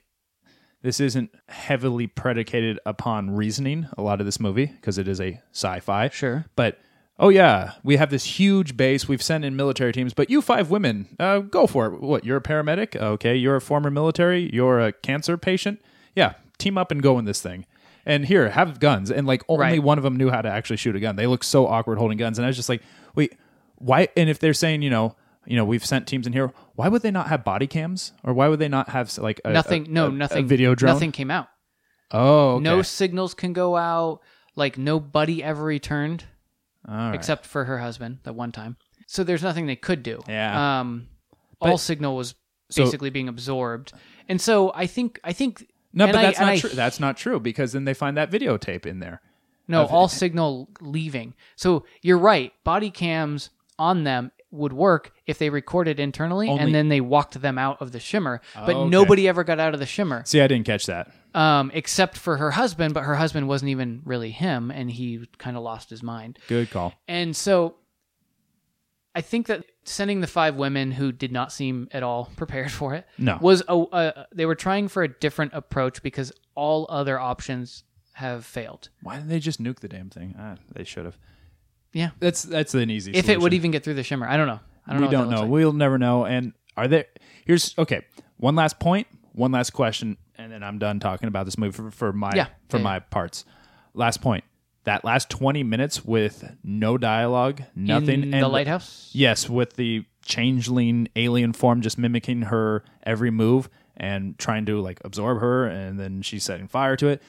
Speaker 2: this isn't heavily predicated upon reasoning, a lot of this movie, because it is a sci fi.
Speaker 1: Sure.
Speaker 2: But, oh, yeah, we have this huge base. We've sent in military teams, but you five women, uh, go for it. What? You're a paramedic? Okay. You're a former military? You're a cancer patient? Yeah. Team up and go in this thing. And here, have guns. And like only
Speaker 1: Right.
Speaker 2: one of them knew how to actually shoot a gun. They look so awkward holding guns. And I was just like, wait, why? And if they're saying, you know, you know, we've sent teams in here. Why would they not have body cams, or why would they not have like a,
Speaker 1: Uh, Nothing.
Speaker 2: a-
Speaker 1: no,
Speaker 2: a- a
Speaker 1: nothing.
Speaker 2: video drone?
Speaker 1: Nothing came out.
Speaker 2: Oh, okay.
Speaker 1: No signals can go out. Like nobody ever returned.
Speaker 2: All right.
Speaker 1: except for her husband that one time. So there's nothing they could do.
Speaker 2: Yeah.
Speaker 1: Um, all signal was
Speaker 2: So-
Speaker 1: basically being absorbed, and so I think I think
Speaker 2: no,
Speaker 1: and
Speaker 2: but
Speaker 1: I-
Speaker 2: that's
Speaker 1: and
Speaker 2: not
Speaker 1: I-
Speaker 2: true. That's not true because then they find that videotape in there.
Speaker 1: no all signal leaving. So you're right. Body cams on them would work if they recorded internally
Speaker 2: Only-
Speaker 1: and then they walked them out of the shimmer. But
Speaker 2: okay.
Speaker 1: nobody ever got out of the shimmer,
Speaker 2: See, I didn't catch that.
Speaker 1: um, except for her husband. But her husband wasn't even really him, and he kind of lost his mind.
Speaker 2: Good call.
Speaker 1: And so I think that sending the five women who did not seem at all prepared for it
Speaker 2: No.
Speaker 1: was a, a they were trying for a different approach because all other options have failed.
Speaker 2: Why didn't they just nuke the damn thing? Ah, they should have.
Speaker 1: Yeah.
Speaker 2: That's that's an easy.
Speaker 1: If it would
Speaker 2: solution.
Speaker 1: even get through the shimmer, I don't know. I don't
Speaker 2: we
Speaker 1: know. what
Speaker 2: don't
Speaker 1: that
Speaker 2: know.
Speaker 1: looks like.
Speaker 2: We'll never know. And are there? Here's okay. One last point. One last question, and then I'm done talking about this movie for, for my
Speaker 1: Yeah.
Speaker 2: for
Speaker 1: Yeah,
Speaker 2: my parts. Last point. That last 20 minutes with no dialogue, nothing.
Speaker 1: In
Speaker 2: and
Speaker 1: the lighthouse?
Speaker 2: Yes, with the changeling alien form just mimicking her every move and trying to like absorb her, and then she's setting fire to it.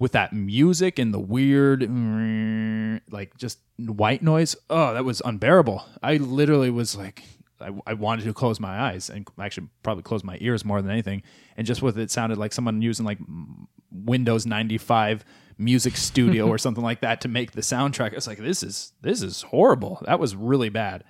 Speaker 2: With that music and the weird, mm, like just white noise. Oh, that was unbearable. I literally was like, I, I wanted to close my eyes and actually probably close my ears more than anything. And just with it sounded like someone using like Windows 95 music studio or something like that to make the soundtrack. It's like this is this is horrible. That was really bad.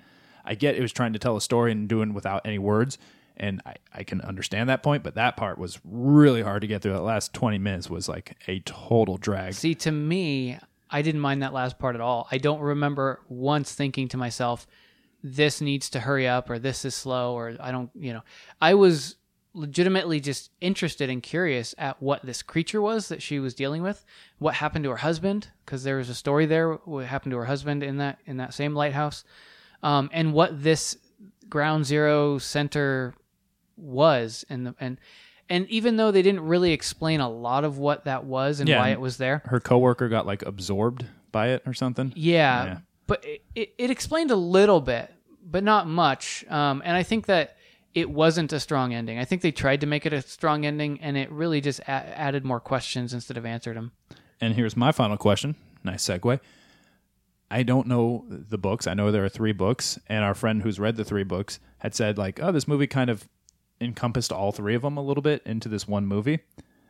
Speaker 2: I get it was trying to tell a story and doing without any words, and I, I can understand that point, but that part was really hard to get through. That last 20 minutes was like a total drag.
Speaker 1: See, to me, I didn't mind that last part at all. I don't remember once thinking to myself, this needs to hurry up or this is slow or I don't, you know. I was legitimately just interested and curious at what this creature was that she was dealing with, what happened to her husband because there was a story there what happened to her husband in that in that same lighthouse. Um, and what this ground zero center was and the and and even though they didn't really explain a lot of what that was and
Speaker 2: Yeah,
Speaker 1: why
Speaker 2: and-
Speaker 1: it was there,
Speaker 2: Her coworker got like absorbed by it or something.
Speaker 1: yeah,
Speaker 2: Yeah.
Speaker 1: but it, it, it explained a little bit, but not much. Um, and I think that it wasn't a strong ending. I think they tried to make it a strong ending, and it really just a- added more questions instead of answered them.
Speaker 2: And here's my final question. Nice segue. I don't know the books. I know there are three books, and our friend who's read the three books had said like, "Oh, this movie kind of encompassed all three of them a little bit into this one movie."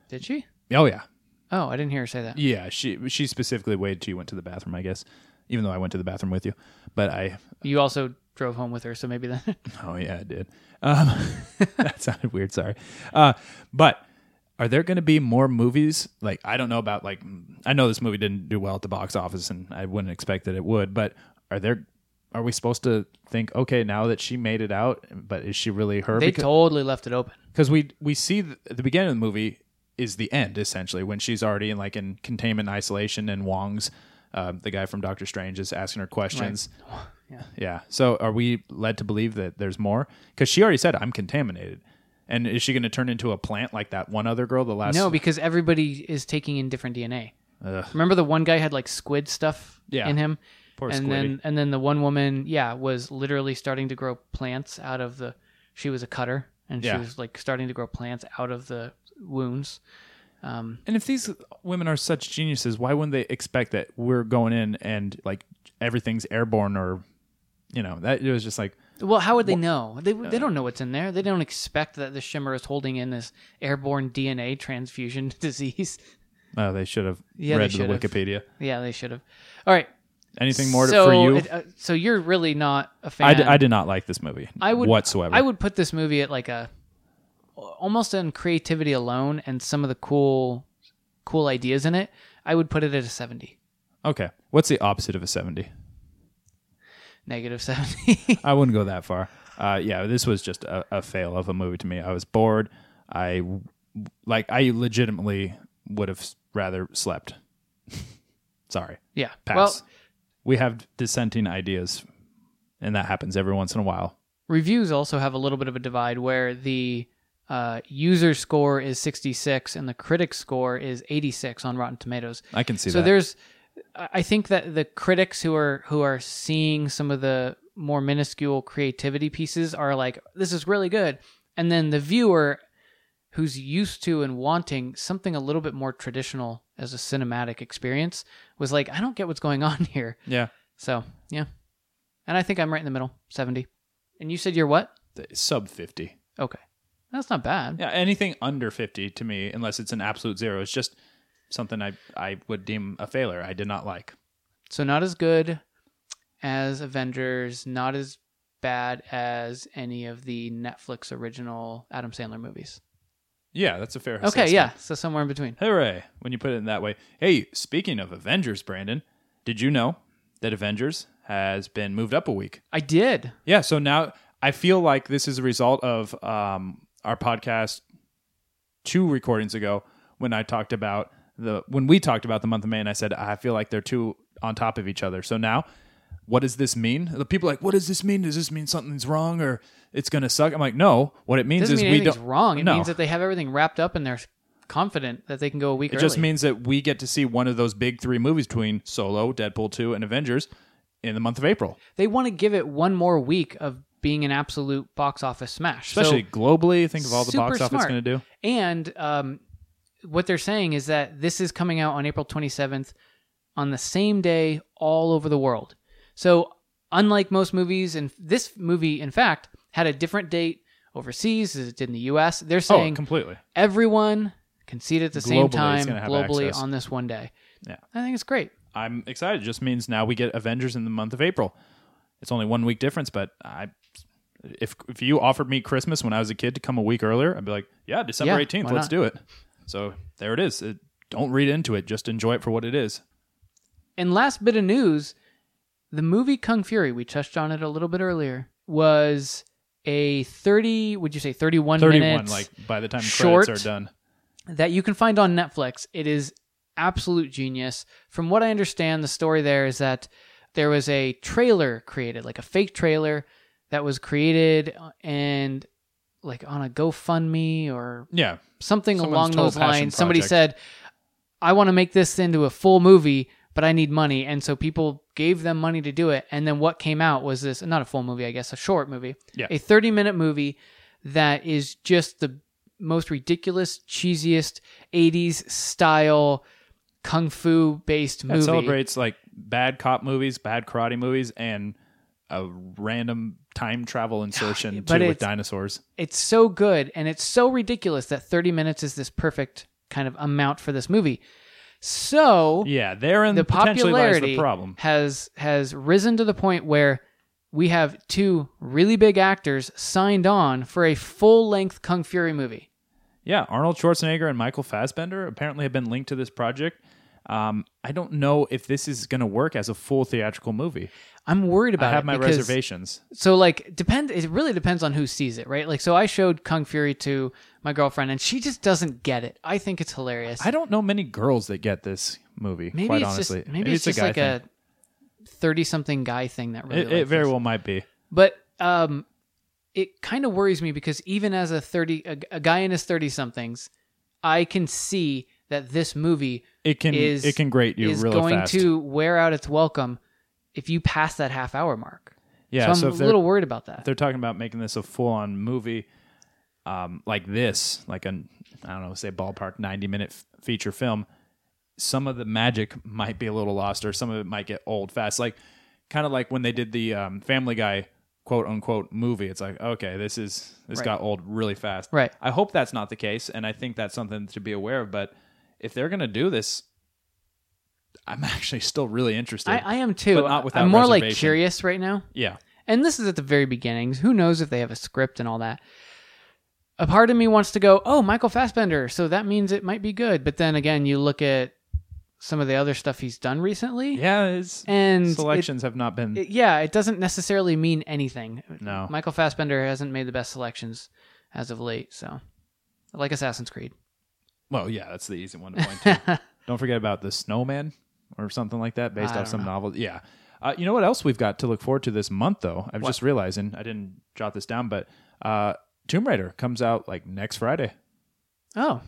Speaker 1: Did she?
Speaker 2: Oh yeah,
Speaker 1: Oh, I didn't hear her say that.
Speaker 2: yeah. She she specifically waited till you went to the bathroom, I guess. Even though I went to the bathroom with you, but I
Speaker 1: You also drove home with her, so maybe that.
Speaker 2: Oh yeah, I did. Um, that sounded weird. Sorry, uh, but are there going to be more movies? Like I don't know about like I know this movie didn't do well at the box office, and I wouldn't expect that it would. But are there? Are we supposed to think okay now that she made it out? But is she really her?
Speaker 1: they
Speaker 2: Because-
Speaker 1: totally left it open.
Speaker 2: because we we see the, the beginning of the movie is the end essentially when she's already in like in containment isolation and Wong's uh, the guy from Doctor Strange is asking her questions. Yeah. So are we led to believe that there's more? Because she already said I'm contaminated, and is she going to turn into a plant like that one other girl? The last
Speaker 1: No, because everybody is taking in different DNA. Remember the one guy had like squid stuff
Speaker 2: Yeah.
Speaker 1: in him?
Speaker 2: Poor
Speaker 1: and
Speaker 2: Squiddy.
Speaker 1: then and then the one woman, yeah, was literally starting to grow plants out of the she was a cutter and
Speaker 2: Yeah.
Speaker 1: she was like starting to grow plants out of the wounds.
Speaker 2: And if these women are such geniuses, why wouldn't they expect that we're going in and like everything's airborne or, you know, that it was just like
Speaker 1: Well, how would they know? They
Speaker 2: Uh,
Speaker 1: they don't know what's in there. They don't expect that the shimmer is holding in this airborne DNA transfusion disease.
Speaker 2: oh they should have
Speaker 1: Yeah, they
Speaker 2: read the
Speaker 1: should have.
Speaker 2: Wikipedia.
Speaker 1: Yeah, they should have. All right.
Speaker 2: Anything more to-
Speaker 1: so
Speaker 2: for you?
Speaker 1: it- uh, so you're really not a fan.
Speaker 2: I, d- I did not like this movie
Speaker 1: I would
Speaker 2: whatsoever.
Speaker 1: I would put this movie at like a almost on creativity alone and some of the cool cool ideas in it. I would put it at a seventy,
Speaker 2: okay. What's the opposite of a 70?
Speaker 1: negative seventy.
Speaker 2: I wouldn't go that far. Uh, yeah, this was just a, a fail of a movie to me. I was bored. I w- like I legitimately would have s- rather slept. Sorry.
Speaker 1: yeah.
Speaker 2: Pass.
Speaker 1: Well,
Speaker 2: we have dissenting ideas and that happens every once in a while.
Speaker 1: reviews also have a little bit of a divide where the uh, user score is sixty six and the critic score is eighty six on Rotten Tomatoes.
Speaker 2: I can see
Speaker 1: so
Speaker 2: that.
Speaker 1: there's i I think that the critics who are who are seeing some of the more minuscule creativity pieces are like this is really good and then the viewer who's used to and wanting something a little bit more traditional as a cinematic experience was like i don't get what's going on here
Speaker 2: yeah.
Speaker 1: so yeah and i think i'm right in the middle 70 and you said you're what
Speaker 2: Th- Sub 50.
Speaker 1: okay that's not bad
Speaker 2: Yeah, anything under 50 to me unless it's an absolute zero is just something I I would deem a failure. I did not like.
Speaker 1: So not as good as Avengers, not as bad as any of the Netflix original Adam Sandler movies.
Speaker 2: Yeah, that's a fair
Speaker 1: Okay,
Speaker 2: assessment.
Speaker 1: yeah, so somewhere in between.
Speaker 2: Hooray! When you put it in that way. Hey, speaking of Avengers, Brandon, did you know that Avengers has been moved up a week?
Speaker 1: I did.
Speaker 2: Yeah, so now I feel like this is a result of um, our podcast two recordings ago when I talked about the when we talked about the month of May and I said I feel like they're two on top of each other. So now what does this mean? The people are like, what does this mean? Does this mean something's wrong or it's gonna suck? I'm like, no. What it
Speaker 1: It
Speaker 2: means
Speaker 1: doesn't
Speaker 2: is
Speaker 1: mean
Speaker 2: we
Speaker 1: anything's
Speaker 2: don't
Speaker 1: wrong. It
Speaker 2: No.
Speaker 1: means that they have everything wrapped up and they're confident that they can go a week
Speaker 2: It
Speaker 1: early.
Speaker 2: just means that we get to see one of those big three movies between Solo, Deadpool 2, and Avengers in the month of April,
Speaker 1: they want to give it one more week of being an absolute box office smash. So-
Speaker 2: especially globally. Think of all the
Speaker 1: super
Speaker 2: box office
Speaker 1: smart.
Speaker 2: going to do.
Speaker 1: And um, what they're saying is that this is coming out on April 27th on the same day all over the world. So, unlike most movies, and this movie, in fact, had a different date overseas as it did in the US. They're
Speaker 2: Oh,
Speaker 1: saying
Speaker 2: completely.
Speaker 1: everyone can see it at the
Speaker 2: Globally,
Speaker 1: same
Speaker 2: it's
Speaker 1: time
Speaker 2: gonna have
Speaker 1: globally
Speaker 2: access.
Speaker 1: on this one day.
Speaker 2: Yeah.
Speaker 1: I think it's great.
Speaker 2: I'm excited. It just means now we get Avengers in the month of April. It's only one week difference, but I, if if you offered me Christmas when I was a kid to come a week earlier, I'd be like, yeah, December
Speaker 1: Yeah,
Speaker 2: 18th,
Speaker 1: why
Speaker 2: let's
Speaker 1: not?
Speaker 2: do it. So there it is. It, don't read into it. Just enjoy it for what it is.
Speaker 1: And last bit of news the movie Kung Fury, we touched on it a little bit earlier, was a 30, would you say 31,
Speaker 2: 31,
Speaker 1: minutes?
Speaker 2: like by the time
Speaker 1: short.
Speaker 2: credits are done.
Speaker 1: that you can find on Netflix. It is absolute genius. From what I understand, the story there is that there was a trailer created, like a fake trailer that was created uh, and like on a GoFundMe or
Speaker 2: Yeah.
Speaker 1: something
Speaker 2: Someone's
Speaker 1: along
Speaker 2: total
Speaker 1: those
Speaker 2: passion
Speaker 1: lines. Somebody
Speaker 2: project.
Speaker 1: said, I want to make this into a full movie, but I need money. And so people gave them money to do it. And then what came out was this not a full movie, I guess, a short movie,
Speaker 2: Yeah.
Speaker 1: a 30 minute movie that is just the most ridiculous, cheesiest 80s style kung fu based
Speaker 2: It
Speaker 1: movie.
Speaker 2: celebrates like bad cop movies, bad karate movies, and a random time travel insertion
Speaker 1: But
Speaker 2: too
Speaker 1: it's-
Speaker 2: with dinosaurs.
Speaker 1: It's so good and it's so ridiculous that 30 minutes is this perfect kind of amount for this movie. So
Speaker 2: Yeah, therein
Speaker 1: the
Speaker 2: potentially lies
Speaker 1: popularity
Speaker 2: the problem.
Speaker 1: has has risen to the point where we have two really big actors signed on for a full length Kung Fury movie.
Speaker 2: Yeah, Arnold Schwarzenegger and Michael Fassbender apparently have been linked to this project. Um, I don't know if this is going to work as a full theatrical movie.
Speaker 1: I'm worried about
Speaker 2: I
Speaker 1: it
Speaker 2: have my
Speaker 1: because-
Speaker 2: reservations.
Speaker 1: so like depend it really depends on who sees it right like so i showed kung fury to my girlfriend and she just doesn't get it i think it's hilarious
Speaker 2: I don't know many girls that get this movie.
Speaker 1: maybe
Speaker 2: quite
Speaker 1: it's
Speaker 2: honestly,
Speaker 1: just maybe, it's, just like
Speaker 2: thing.
Speaker 1: a 30 something guy thing that really
Speaker 2: It, it
Speaker 1: likes
Speaker 2: very
Speaker 1: this.
Speaker 2: well might be.
Speaker 1: but um it kind of worries me because even as a 30 a, a guy in his 30 somethings i can see that this movie
Speaker 2: It can
Speaker 1: is
Speaker 2: it can grate you
Speaker 1: is
Speaker 2: really
Speaker 1: going
Speaker 2: fast.
Speaker 1: to wear out its welcome if you pass that half hour mark
Speaker 2: yeah,
Speaker 1: so
Speaker 2: so
Speaker 1: i'm
Speaker 2: if
Speaker 1: a
Speaker 2: they're
Speaker 1: little worried about that
Speaker 2: they're talking about making this a full on movie um, like this, like an I don't know, say ballpark ninety minute f- feature film, some of the magic might be a little lost, or some of it might get old fast. Like kind of like when they did the um, Family Guy quote unquote movie. It's like okay, this is this
Speaker 1: Right.
Speaker 2: got old really fast.
Speaker 1: Right.
Speaker 2: I hope that's not the case, and I think that's something to be aware of. But if they're gonna do this. I'm actually still really interested.
Speaker 1: I, I am too.
Speaker 2: But not without
Speaker 1: I'm more like
Speaker 2: reservation.
Speaker 1: curious right now.
Speaker 2: yeah.
Speaker 1: And this is at the very beginnings. Who knows if they have a script and all that. A part of me wants to go, oh, Michael Fassbender, so that means it might be good. But then again, you look at some of the other stuff he's done recently.
Speaker 2: Yeah, it's
Speaker 1: And it-
Speaker 2: selections have not been
Speaker 1: it- yeah, it doesn't necessarily mean anything.
Speaker 2: No.
Speaker 1: Michael Fassbender hasn't made the best selections as of late, so like Assassin's Creed.
Speaker 2: Well, yeah, that's the easy one to point to. don't forget about the Snowman or something like that, based
Speaker 1: I
Speaker 2: off
Speaker 1: don't
Speaker 2: some novel. Yeah. Uh, you know what else we've got to look forward to this month, though? I was just realizing I didn't jot this down, but uh, Tomb Raider comes out like next Friday.
Speaker 1: Oh.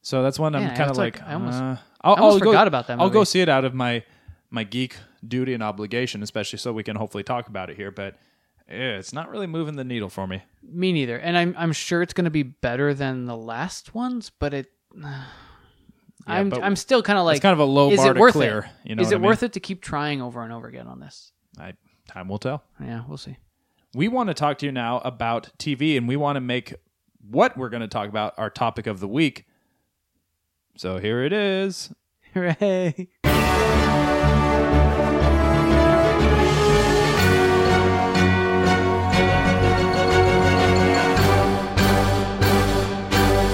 Speaker 2: So that's one
Speaker 1: Man,
Speaker 2: I'm
Speaker 1: I
Speaker 2: kind of
Speaker 1: was like-
Speaker 2: like,
Speaker 1: I almost-
Speaker 2: uh, I'll,
Speaker 1: I almost
Speaker 2: I'll go-
Speaker 1: forgot about that
Speaker 2: I'll go
Speaker 1: movie.
Speaker 2: see it out of my my geek duty and obligation, especially so we can hopefully talk about it here. But eh, it's not really moving the needle for me.
Speaker 1: Me neither. And I'm I'm sure it's gonna be better than the last ones, but it I'm
Speaker 2: but
Speaker 1: I'm still kinda like
Speaker 2: it's kind of a low
Speaker 1: is
Speaker 2: bar
Speaker 1: it
Speaker 2: to
Speaker 1: worth
Speaker 2: clear.
Speaker 1: It?
Speaker 2: You know
Speaker 1: is
Speaker 2: what
Speaker 1: it
Speaker 2: I mean?
Speaker 1: worth it to keep trying over and over again on this?
Speaker 2: I, time will tell.
Speaker 1: Yeah, we'll see.
Speaker 2: we want to talk to you now about TV and we want to make what we're going to talk about our topic of the week. So here it is.
Speaker 1: Hooray!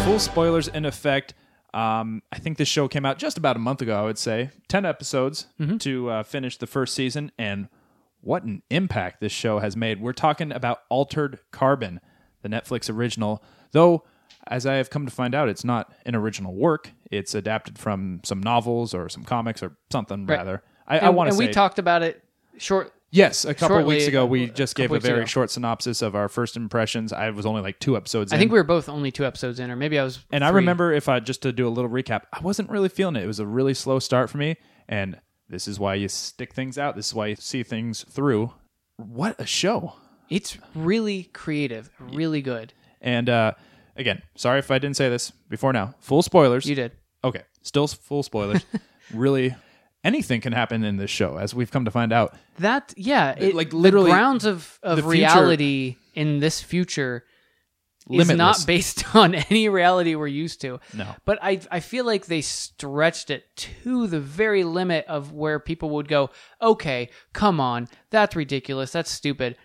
Speaker 2: Full spoilers in effect. Um, I think this show came out just about a month ago, I would say. 10 episodes
Speaker 1: Mm-hmm.
Speaker 2: to uh, finish the first season. And what an impact this show has made. We're talking about Altered Carbon, the Netflix original. Though, as I have come to find out, it's not an original work, it's adapted from some novels or some comics or something,
Speaker 1: Right.
Speaker 2: rather. I,
Speaker 1: And,
Speaker 2: I want to
Speaker 1: and
Speaker 2: say.
Speaker 1: we talked about it short.
Speaker 2: Yes, a couple of
Speaker 1: Shortly,
Speaker 2: weeks ago,
Speaker 1: a
Speaker 2: we just gave
Speaker 1: couple
Speaker 2: a
Speaker 1: weeks
Speaker 2: very
Speaker 1: ago.
Speaker 2: short synopsis of our first impressions. I was only like two episodes
Speaker 1: I
Speaker 2: in.
Speaker 1: think we were both only two episodes in, or maybe I was.
Speaker 2: and I
Speaker 1: three.
Speaker 2: remember if I just to do a little recap, I wasn't really feeling it. It was a really slow start for me. And this is why you stick things out, this is why you see things through. What a show!
Speaker 1: it's really creative, really good.
Speaker 2: And uh, again, sorry if I didn't say this before now. Full spoilers.
Speaker 1: You did.
Speaker 2: Okay, still s- full spoilers. really, anything can happen in this show, as we've come to find out.
Speaker 1: That yeah, it,
Speaker 2: like,
Speaker 1: the
Speaker 2: literally,
Speaker 1: grounds of
Speaker 2: the
Speaker 1: of
Speaker 2: future-
Speaker 1: reality in this future is
Speaker 2: Limitless.
Speaker 1: not based on any reality we're used to.
Speaker 2: No.
Speaker 1: but I I feel like they stretched it to the very limit of where people would go, okay, come on, that's ridiculous, that's stupid.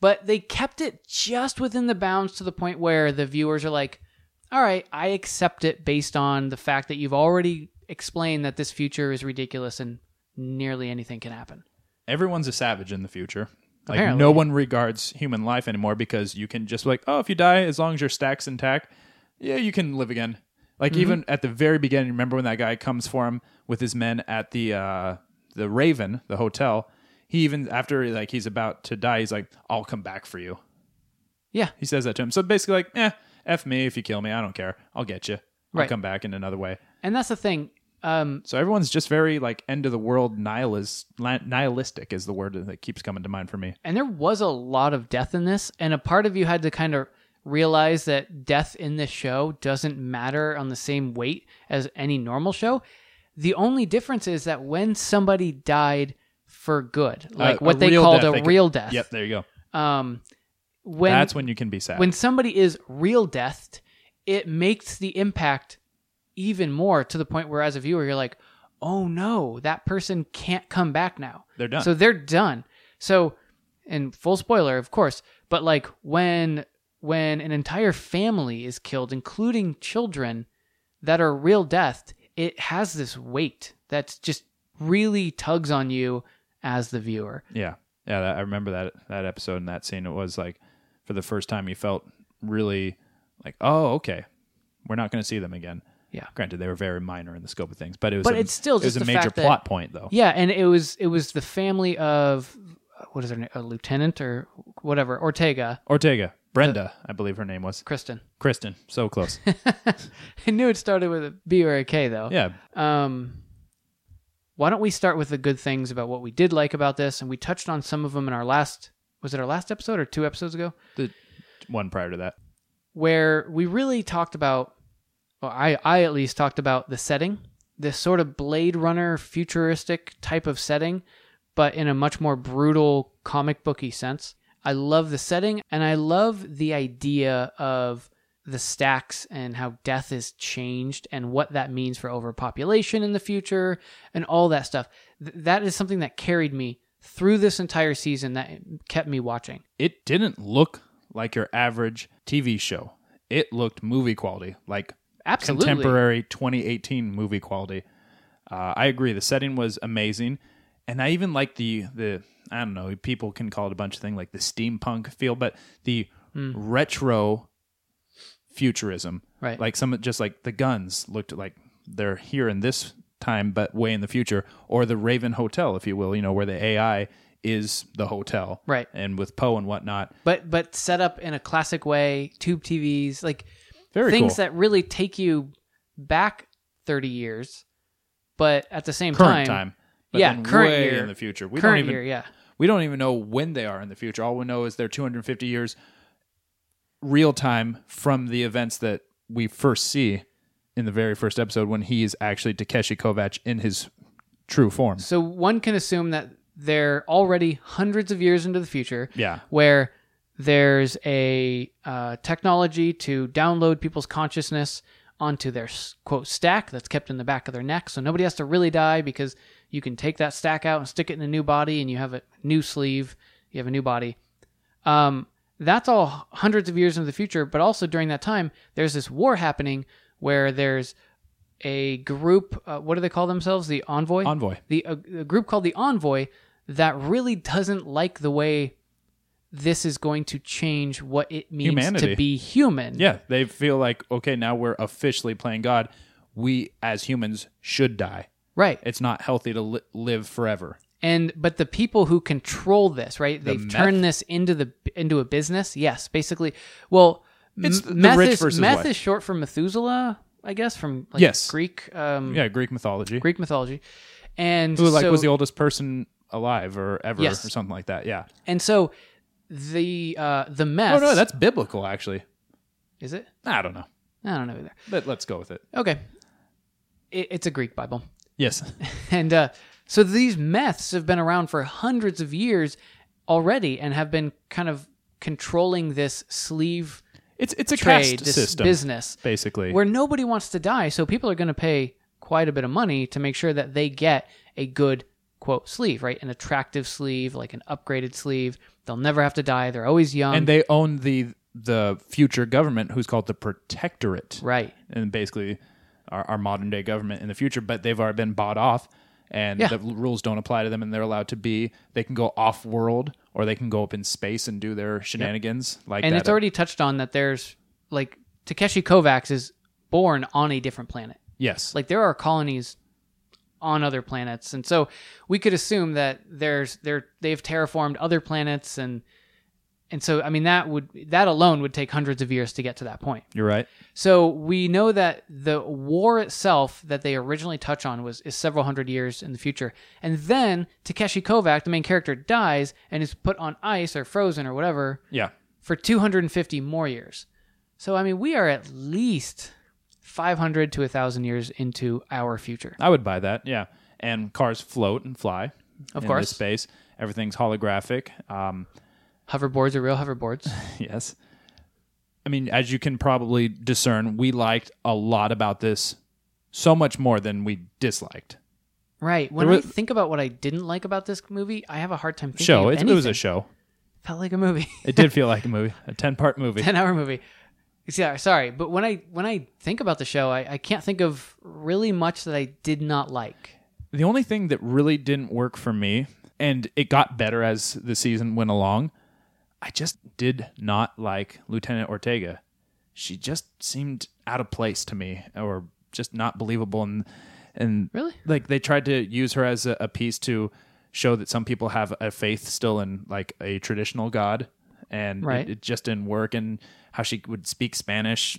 Speaker 1: But they kept it just within the bounds to the point where the viewers are like, all right, I accept it based on the fact that you've already explained that this future is ridiculous and nearly anything can happen.
Speaker 2: everyone's a savage in the future. Like
Speaker 1: Apparently.
Speaker 2: no one regards human life anymore because you can just like, oh, if you die, as long as your stack's intact, yeah, you can live again. Like
Speaker 1: Mm-hmm.
Speaker 2: even at the very beginning, remember when that guy comes for him with his men at the uh, the Raven, the hotel. He even after like he's about to die, he's like, "I'll come back for you."
Speaker 1: Yeah.
Speaker 2: He says that to him. So basically, like, eh, f me if you kill me, I don't care. I'll get you. I'll
Speaker 1: Right.
Speaker 2: come back in another way.
Speaker 1: And that's the thing. Um,
Speaker 2: So everyone's just very like end of the world nihilist, nihilistic is the word that keeps coming to mind for me.
Speaker 1: and there was a lot of death in this and a part of you had to kind of realize that death in this show doesn't matter on the same weight as any normal show. The only difference is that when somebody died for good, like
Speaker 2: Uh,
Speaker 1: what
Speaker 2: a
Speaker 1: they
Speaker 2: real
Speaker 1: called
Speaker 2: death,
Speaker 1: a
Speaker 2: they could-
Speaker 1: real death,
Speaker 2: Yep, there you go.
Speaker 1: um, when
Speaker 2: That's when you can be sad.
Speaker 1: when somebody is real deathed, it makes the impact even more to the point where, as a viewer, you're like, oh no, that person can't come back now.
Speaker 2: They're done.
Speaker 1: So they're done. So, and full spoiler, of course, but like when when an entire family is killed, including children that are real deathed, it has this weight that's just really tugs on you as the viewer.
Speaker 2: Yeah, yeah, that, I remember that that episode and that scene. It was like for the first time you felt really like, oh, okay, we're not going to see them again.
Speaker 1: Yeah.
Speaker 2: granted, they were very minor in the scope of things, but it was.
Speaker 1: But
Speaker 2: a,
Speaker 1: it's still
Speaker 2: it was
Speaker 1: just
Speaker 2: a
Speaker 1: the
Speaker 2: major
Speaker 1: fact that-
Speaker 2: plot point, though.
Speaker 1: Yeah, and it was it was the family of what is her name, a lieutenant or whatever Ortega,
Speaker 2: Ortega, Brenda, I believe her name was
Speaker 1: Kristen.
Speaker 2: Kristen. So close.
Speaker 1: I knew it started with a B or a K though.
Speaker 2: yeah,
Speaker 1: Um, why don't we start with the good things about what we did like about this, and we touched on some of them in our last was it our last episode or two episodes ago,
Speaker 2: the one prior to that.
Speaker 1: where we really talked about, or I I at least talked about the setting, this sort of Blade Runner futuristic type of setting, but in a much more brutal comic booky sense. I love the setting and I love the idea of the stacks and how death is changed and what that means for overpopulation in the future and all that stuff. Th- that is something that carried me through this entire season that kept me watching.
Speaker 2: It didn't look like your average TV show. It looked movie quality, like
Speaker 1: Absolutely.
Speaker 2: contemporary 2018 movie quality. Uh, I agree. The setting was amazing, and I even like the the I don't know. People can call it a bunch of things like the steampunk feel, but the
Speaker 1: Hmm.
Speaker 2: retro futurism,
Speaker 1: Right.
Speaker 2: Like some just like the guns looked like they're here in this time, but way in the future, or the Raven Hotel, if you will. You know where the AI is the hotel,
Speaker 1: Right.
Speaker 2: And with Poe and whatnot,
Speaker 1: but but set up in a classic way, tube TVs, like
Speaker 2: Very
Speaker 1: things
Speaker 2: cool.
Speaker 1: that really take you back 30 years, but at the same
Speaker 2: current time.
Speaker 1: time,
Speaker 2: but
Speaker 1: yeah,
Speaker 2: then
Speaker 1: current
Speaker 2: way
Speaker 1: year
Speaker 2: in the future. We
Speaker 1: current
Speaker 2: don't even
Speaker 1: year, yeah,
Speaker 2: We don't even know when they are in the future. All we know is they're 250 years real time from the events that we first see in the very first episode when he is actually Takeshi Kovacs in his true form.
Speaker 1: So one can assume that they're already hundreds of years into the future.
Speaker 2: Yeah.
Speaker 1: Where there's a uh, technology to download people's consciousness onto their s- quote stack that's kept in the back of their neck, so nobody has to really die because you can take that stack out and stick it in a new body, and you have a new sleeve, you have a new body. Um, that's all hundreds of years into the future, but also during that time, there's this war happening where there's a group. Uh, what do they call themselves? The envoy.
Speaker 2: Envoy.
Speaker 1: The a, a group called the envoy that really doesn't like the way this is going to change what it means
Speaker 2: Humanity.
Speaker 1: to be human.
Speaker 2: Yeah, they feel like okay, now we're officially playing God. We as humans should die.
Speaker 1: Right.
Speaker 2: It's not healthy to li- live forever.
Speaker 1: and but the people who control this right they've
Speaker 2: meth?
Speaker 1: turned this into the into a business yes basically well
Speaker 2: It's
Speaker 1: m-
Speaker 2: the
Speaker 1: meth
Speaker 2: rich
Speaker 1: is,
Speaker 2: versus
Speaker 1: meth
Speaker 2: white.
Speaker 1: is short for methuselah i guess from like
Speaker 2: Yes.
Speaker 1: greek um
Speaker 2: Yeah, Greek mythology.
Speaker 1: greek mythology and
Speaker 2: Who like
Speaker 1: so,
Speaker 2: was the oldest person alive or ever
Speaker 1: Yes.
Speaker 2: or something like that. Yeah.
Speaker 1: and so the uh the meth
Speaker 2: Oh no, that's biblical actually.
Speaker 1: is it
Speaker 2: I don't know.
Speaker 1: i don't know either
Speaker 2: But let's go with it.
Speaker 1: okay it, it's a greek bible
Speaker 2: Yes.
Speaker 1: And uh, so these meths have been around for hundreds of years already and have been kind of controlling this sleeve
Speaker 2: It's it's a
Speaker 1: trade,
Speaker 2: caste
Speaker 1: this
Speaker 2: system,
Speaker 1: business,
Speaker 2: basically.
Speaker 1: where nobody wants to die. So people are going to pay quite a bit of money to make sure that they get a good quote sleeve, right? An attractive sleeve, like an upgraded sleeve. They'll never have to die. They're always young.
Speaker 2: and they own the the future government, who's called the Protectorate,
Speaker 1: right.
Speaker 2: and basically our, our modern day government in the future. But they've already been bought off, and
Speaker 1: Yeah.
Speaker 2: the rules don't apply to them, and they're allowed to be. They can go off world, or they can go up in space and do their shenanigans like
Speaker 1: And
Speaker 2: that.
Speaker 1: it's already touched on that there's like Takeshi Kovacs is born on a different planet.
Speaker 2: yes,
Speaker 1: like there are colonies on other planets and so we could assume that there's there they've terraformed other planets and and so i mean that would that alone would take hundreds of years to get to that point
Speaker 2: you're right.
Speaker 1: so we know that the war itself that they originally touch on was is several hundred years in the future. And then Takeshi Kovac, the main character, dies and is put on ice or frozen or whatever
Speaker 2: Yeah,
Speaker 1: for 250 more years. So I mean, we are at least 500 to 1000 years into our future.
Speaker 2: I would buy that. Yeah, and cars float and fly.
Speaker 1: Of
Speaker 2: into
Speaker 1: course.
Speaker 2: space. Everything's holographic. Um,
Speaker 1: Hoverboards are real hoverboards.
Speaker 2: yes. I mean, as you can probably discern, we liked a lot about this, so much more than we disliked.
Speaker 1: Right. When
Speaker 2: There was-
Speaker 1: I think about what I didn't like about this movie, I have a hard time thinking
Speaker 2: Show.
Speaker 1: of
Speaker 2: It, it was a
Speaker 1: anything.
Speaker 2: show.
Speaker 1: Felt like a movie.
Speaker 2: It did feel like a movie, a ten-part movie.
Speaker 1: 10 hour movie yeah sorry but when i when i think about the show I, I can't think of really much that i did not like
Speaker 2: The only thing that really didn't work for me, and it got better as the season went along, I just did not like Lieutenant Ortega. She just seemed out of place to me, or just not believable. And and
Speaker 1: Really?
Speaker 2: like they tried to use her as a, a piece to show that some people have a faith still in like a traditional god, and it-
Speaker 1: Right.
Speaker 2: it just didn't work. And how she would speak Spanish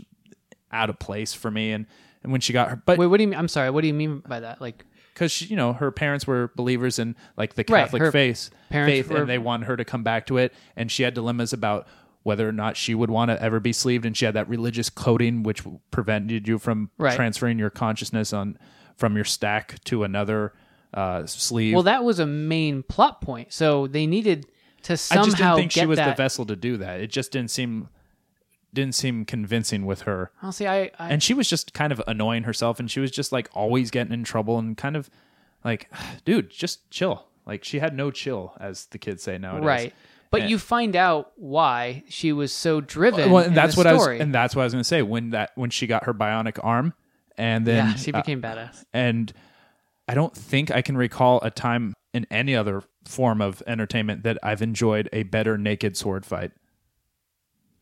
Speaker 2: out of place for me, and and when she got her, but
Speaker 1: wait what do you mean i'm sorry what do you mean by that like
Speaker 2: because you know her parents were believers in like the
Speaker 1: Right,
Speaker 2: Catholic
Speaker 1: her
Speaker 2: faith,
Speaker 1: parents
Speaker 2: faith,
Speaker 1: were-
Speaker 2: and they wanted her to come back to it. And she had dilemmas about whether or not she would want to ever be sleeved, and she had that religious coding which prevented you from
Speaker 1: Right.
Speaker 2: transferring your consciousness on from your stack to another uh, sleeve.
Speaker 1: well that was a main plot point so they needed to
Speaker 2: I
Speaker 1: somehow
Speaker 2: just didn't think
Speaker 1: get
Speaker 2: she was
Speaker 1: that
Speaker 2: the vessel to do that. It just didn't seem didn't seem convincing with her.
Speaker 1: i'll see i, I
Speaker 2: and she was just kind of annoying herself and she was just like always getting in trouble and kind of like dude just chill like she had no chill as the kids say nowadays
Speaker 1: right but
Speaker 2: And-
Speaker 1: you find out why she was so driven
Speaker 2: well, and
Speaker 1: in
Speaker 2: that's
Speaker 1: the
Speaker 2: what i
Speaker 1: story
Speaker 2: was and that's what i was going to say when that when she got her bionic arm and then
Speaker 1: yeah she
Speaker 2: uh,
Speaker 1: became badass
Speaker 2: and i don't think i can recall a time in any other form of entertainment that i've enjoyed a better naked sword fight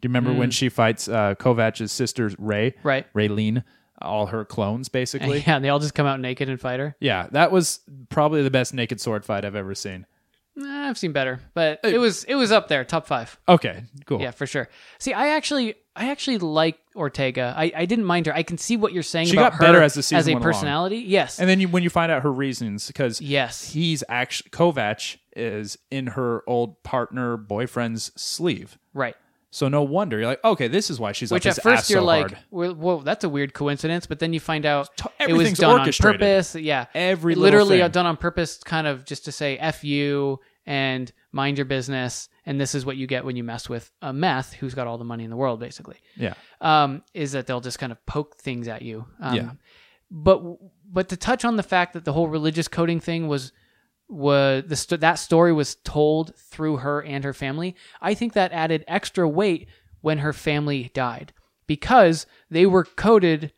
Speaker 2: do you remember when she fights uh, Kovach's sister Ray?
Speaker 1: Mm. Right.
Speaker 2: Raylene, all her clones basically.
Speaker 1: yeah they all just come out naked and fight her
Speaker 2: Yeah, that was probably the best naked sword fight I've ever seen.
Speaker 1: Nah, Eh, i've seen better but it was it was up there top five
Speaker 2: Okay, cool.
Speaker 1: Yeah, for sure. See, I actually, I actually like Ortega. I, I didn't mind her. I can see what you're saying.
Speaker 2: She
Speaker 1: about
Speaker 2: got better
Speaker 1: her
Speaker 2: as the season
Speaker 1: as a
Speaker 2: went along.
Speaker 1: personality. Yes,
Speaker 2: And then you, when you find out her reasons, because
Speaker 1: Yes.
Speaker 2: he's actually Kovach is in her old partner boyfriend's sleeve,
Speaker 1: right.
Speaker 2: so no wonder you're like, okay, this is why she's
Speaker 1: Which
Speaker 2: up
Speaker 1: at
Speaker 2: his ass
Speaker 1: first you're
Speaker 2: so
Speaker 1: like,
Speaker 2: hard.
Speaker 1: well, whoa, that's a weird coincidence. But then you find out
Speaker 2: to-
Speaker 1: it was
Speaker 2: everything's
Speaker 1: done on
Speaker 2: orchestrated.
Speaker 1: purpose. Yeah,
Speaker 2: Every little
Speaker 1: literally
Speaker 2: thing.
Speaker 1: done on purpose, kind of just to say "f you" and mind your business. And this is what you get when you mess with a meth who's got all the money in the world, basically.
Speaker 2: yeah,
Speaker 1: um, is that they'll just kind of poke things at you. Um,
Speaker 2: Yeah.
Speaker 1: But but to touch on the fact that the whole religious coding thing was was the st- that story was told through her and her family. I think that added extra weight when her family died because they were coded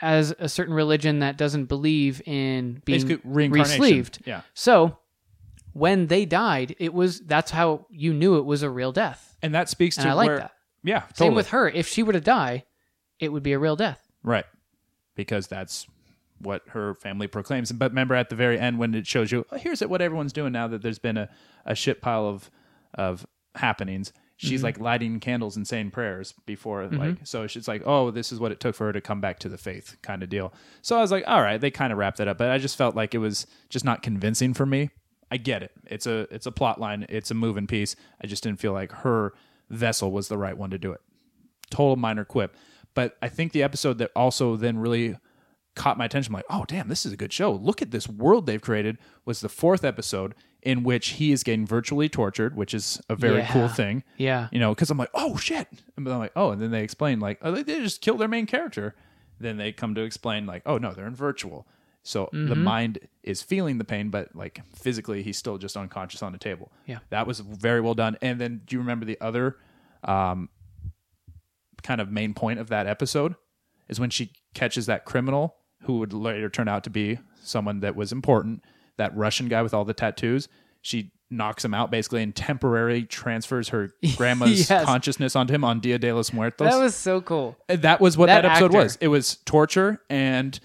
Speaker 1: as a certain religion that doesn't believe in being
Speaker 2: Basically, reincarnation.
Speaker 1: re-sleeved.
Speaker 2: Yeah.
Speaker 1: So when they died, it was that's how you knew it was a real death.
Speaker 2: and that speaks
Speaker 1: And
Speaker 2: to
Speaker 1: I like
Speaker 2: where,
Speaker 1: that.
Speaker 2: yeah,
Speaker 1: Same with her. If she were to die, it would be a real death.
Speaker 2: Right. Because that's what her family proclaims. But remember at the very end when it shows you, oh, here's what everyone's doing now that there's been a, a shit pile of of happenings. She's like lighting candles and saying prayers before like so she's like, Oh, this is what it took for her to come back to the faith kind of deal. So I was like, All right, they kind of wrapped that up, but I just felt like it was just not convincing for me. I get it. It's a it's a plot line, it's a moving piece. I just didn't feel like her vessel was the right one to do it total minor quip. But I think the episode that also then really caught my attention, like, oh damn, this is a good show. Look at this world they've created. Was the fourth episode in which he is getting virtually tortured, which is a very
Speaker 1: Yeah.
Speaker 2: cool thing.
Speaker 1: Yeah.
Speaker 2: you know, because I'm like, oh shit, and I'm like, oh, and then they explain like, oh, they they just killed their main character. Then they come to explain like, oh no, they're in virtual. So the
Speaker 1: Mm-hmm.
Speaker 2: mind is feeling the pain, but like physically, he's still just unconscious on the table.
Speaker 1: Yeah.
Speaker 2: that was very well done. And then, do you remember the other kind of main point of that episode is when she catches that criminal who would later turn out to be someone that was important, that Russian guy with all the tattoos. She knocks him out basically and temporarily transfers her grandma's
Speaker 1: Yes.
Speaker 2: consciousness onto him on Dia de los Muertos.
Speaker 1: That was so cool.
Speaker 2: And that was what that,
Speaker 1: That
Speaker 2: episode
Speaker 1: actor.
Speaker 2: was. It was torture and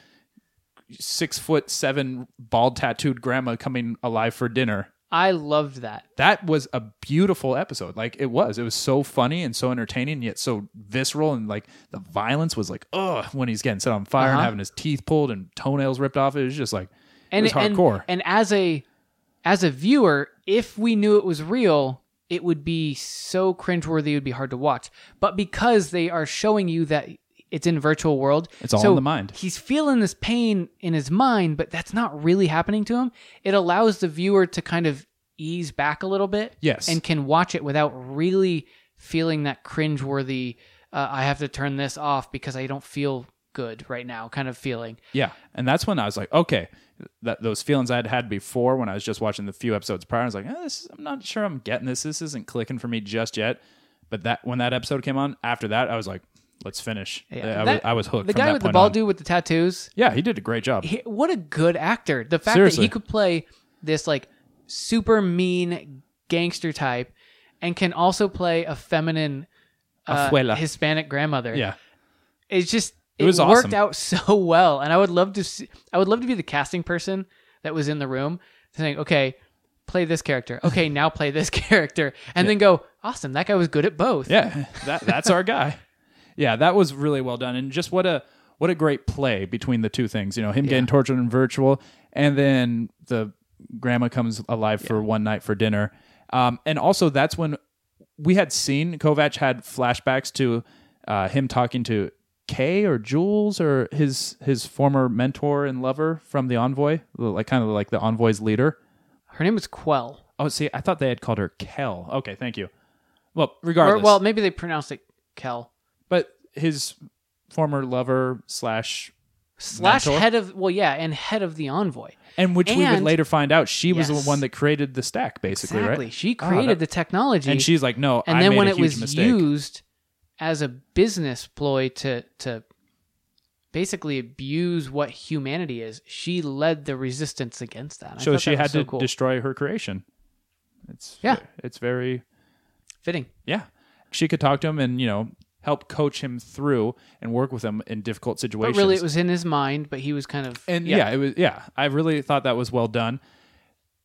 Speaker 2: six foot seven bald tattooed grandma coming alive for dinner
Speaker 1: I loved that.
Speaker 2: that was a beautiful episode. Like it was. It was so funny and so entertaining, yet so visceral. And like the violence was like, ugh, when he's getting set on fire and
Speaker 1: Uh-huh.
Speaker 2: having his teeth pulled and toenails ripped off. It was just like,
Speaker 1: And
Speaker 2: it was hardcore.
Speaker 1: And, and as a as a viewer, if we knew it was real, it would be so cringeworthy. It would be hard to watch. But because they are showing you that it's in virtual world,
Speaker 2: It's all
Speaker 1: so
Speaker 2: in the mind.
Speaker 1: He's feeling this pain in his mind, but that's not really happening to him. It allows the viewer to kind of ease back a little bit,
Speaker 2: Yes.
Speaker 1: and can watch it without really feeling that cringeworthy. Uh, I have to turn this off because I don't feel good right now. Kind of feeling.
Speaker 2: Yeah, and that's when I was like, okay, that those feelings I'd had before when I was just watching the few episodes prior, I was like, eh, this, I'm not sure I'm getting this. This isn't clicking for me just yet. But that when that episode came on, after that, I was like, let's finish. Yeah,
Speaker 1: That-
Speaker 2: I, was, I was hooked.
Speaker 1: The
Speaker 2: from
Speaker 1: guy
Speaker 2: that
Speaker 1: with the
Speaker 2: point
Speaker 1: bald
Speaker 2: on.
Speaker 1: dude with the tattoos.
Speaker 2: Yeah, he did a great job.
Speaker 1: he- what a good actor. The fact that
Speaker 2: Seriously.
Speaker 1: he could play this like super mean gangster type and can also play a feminine uh,
Speaker 2: Abuela.
Speaker 1: Hispanic grandmother.
Speaker 2: yeah,
Speaker 1: It's just it,
Speaker 2: was
Speaker 1: worked
Speaker 2: awesome.
Speaker 1: out so well and I would love to see, I would love to be the casting person that was in the room saying, "Okay, play this character. Okay, now play this character." And then go, "Awesome, that guy was good at both."
Speaker 2: yeah, that that's our guy. Yeah, that was really well done, and just what a what a great play between the two things. You know, him getting tortured in virtual, and then the grandma comes alive for one night for dinner. Um, and also that's when we had seen Kovac had flashbacks to uh, him talking to Kay or Jules or his his former mentor and lover from the Envoy, like kind of like the Envoy's leader.
Speaker 1: Her name was Quell.
Speaker 2: Oh, see, I thought they had called her Kel. Okay, thank you. Well,
Speaker 1: Or
Speaker 2: regardless,
Speaker 1: well, maybe they pronounced it Kel.
Speaker 2: but his former lover slash
Speaker 1: Slash
Speaker 2: Mentor?
Speaker 1: head of well, yeah, and head of the envoy.
Speaker 2: and which we would
Speaker 1: And-
Speaker 2: later find out she was
Speaker 1: Yes.
Speaker 2: the one that created the stack basically
Speaker 1: Exactly.
Speaker 2: right
Speaker 1: She
Speaker 2: Ah,
Speaker 1: created
Speaker 2: that-
Speaker 1: the technology,
Speaker 2: and she's like no
Speaker 1: and
Speaker 2: I
Speaker 1: then
Speaker 2: made
Speaker 1: when
Speaker 2: a
Speaker 1: it
Speaker 2: huge
Speaker 1: was
Speaker 2: mistake
Speaker 1: used as a business ploy to to basically abuse what humanity is, she led the resistance against that. I
Speaker 2: so
Speaker 1: thought
Speaker 2: she
Speaker 1: that was
Speaker 2: had
Speaker 1: so
Speaker 2: to
Speaker 1: cool.
Speaker 2: destroy her creation it's
Speaker 1: Yeah.
Speaker 2: it's very
Speaker 1: fitting.
Speaker 2: yeah she could talk to him and you know help coach him through and work with him in difficult
Speaker 1: But
Speaker 2: situations
Speaker 1: really, it was in his mind, but he was kind of
Speaker 2: and yeah. it was yeah i really thought that was well done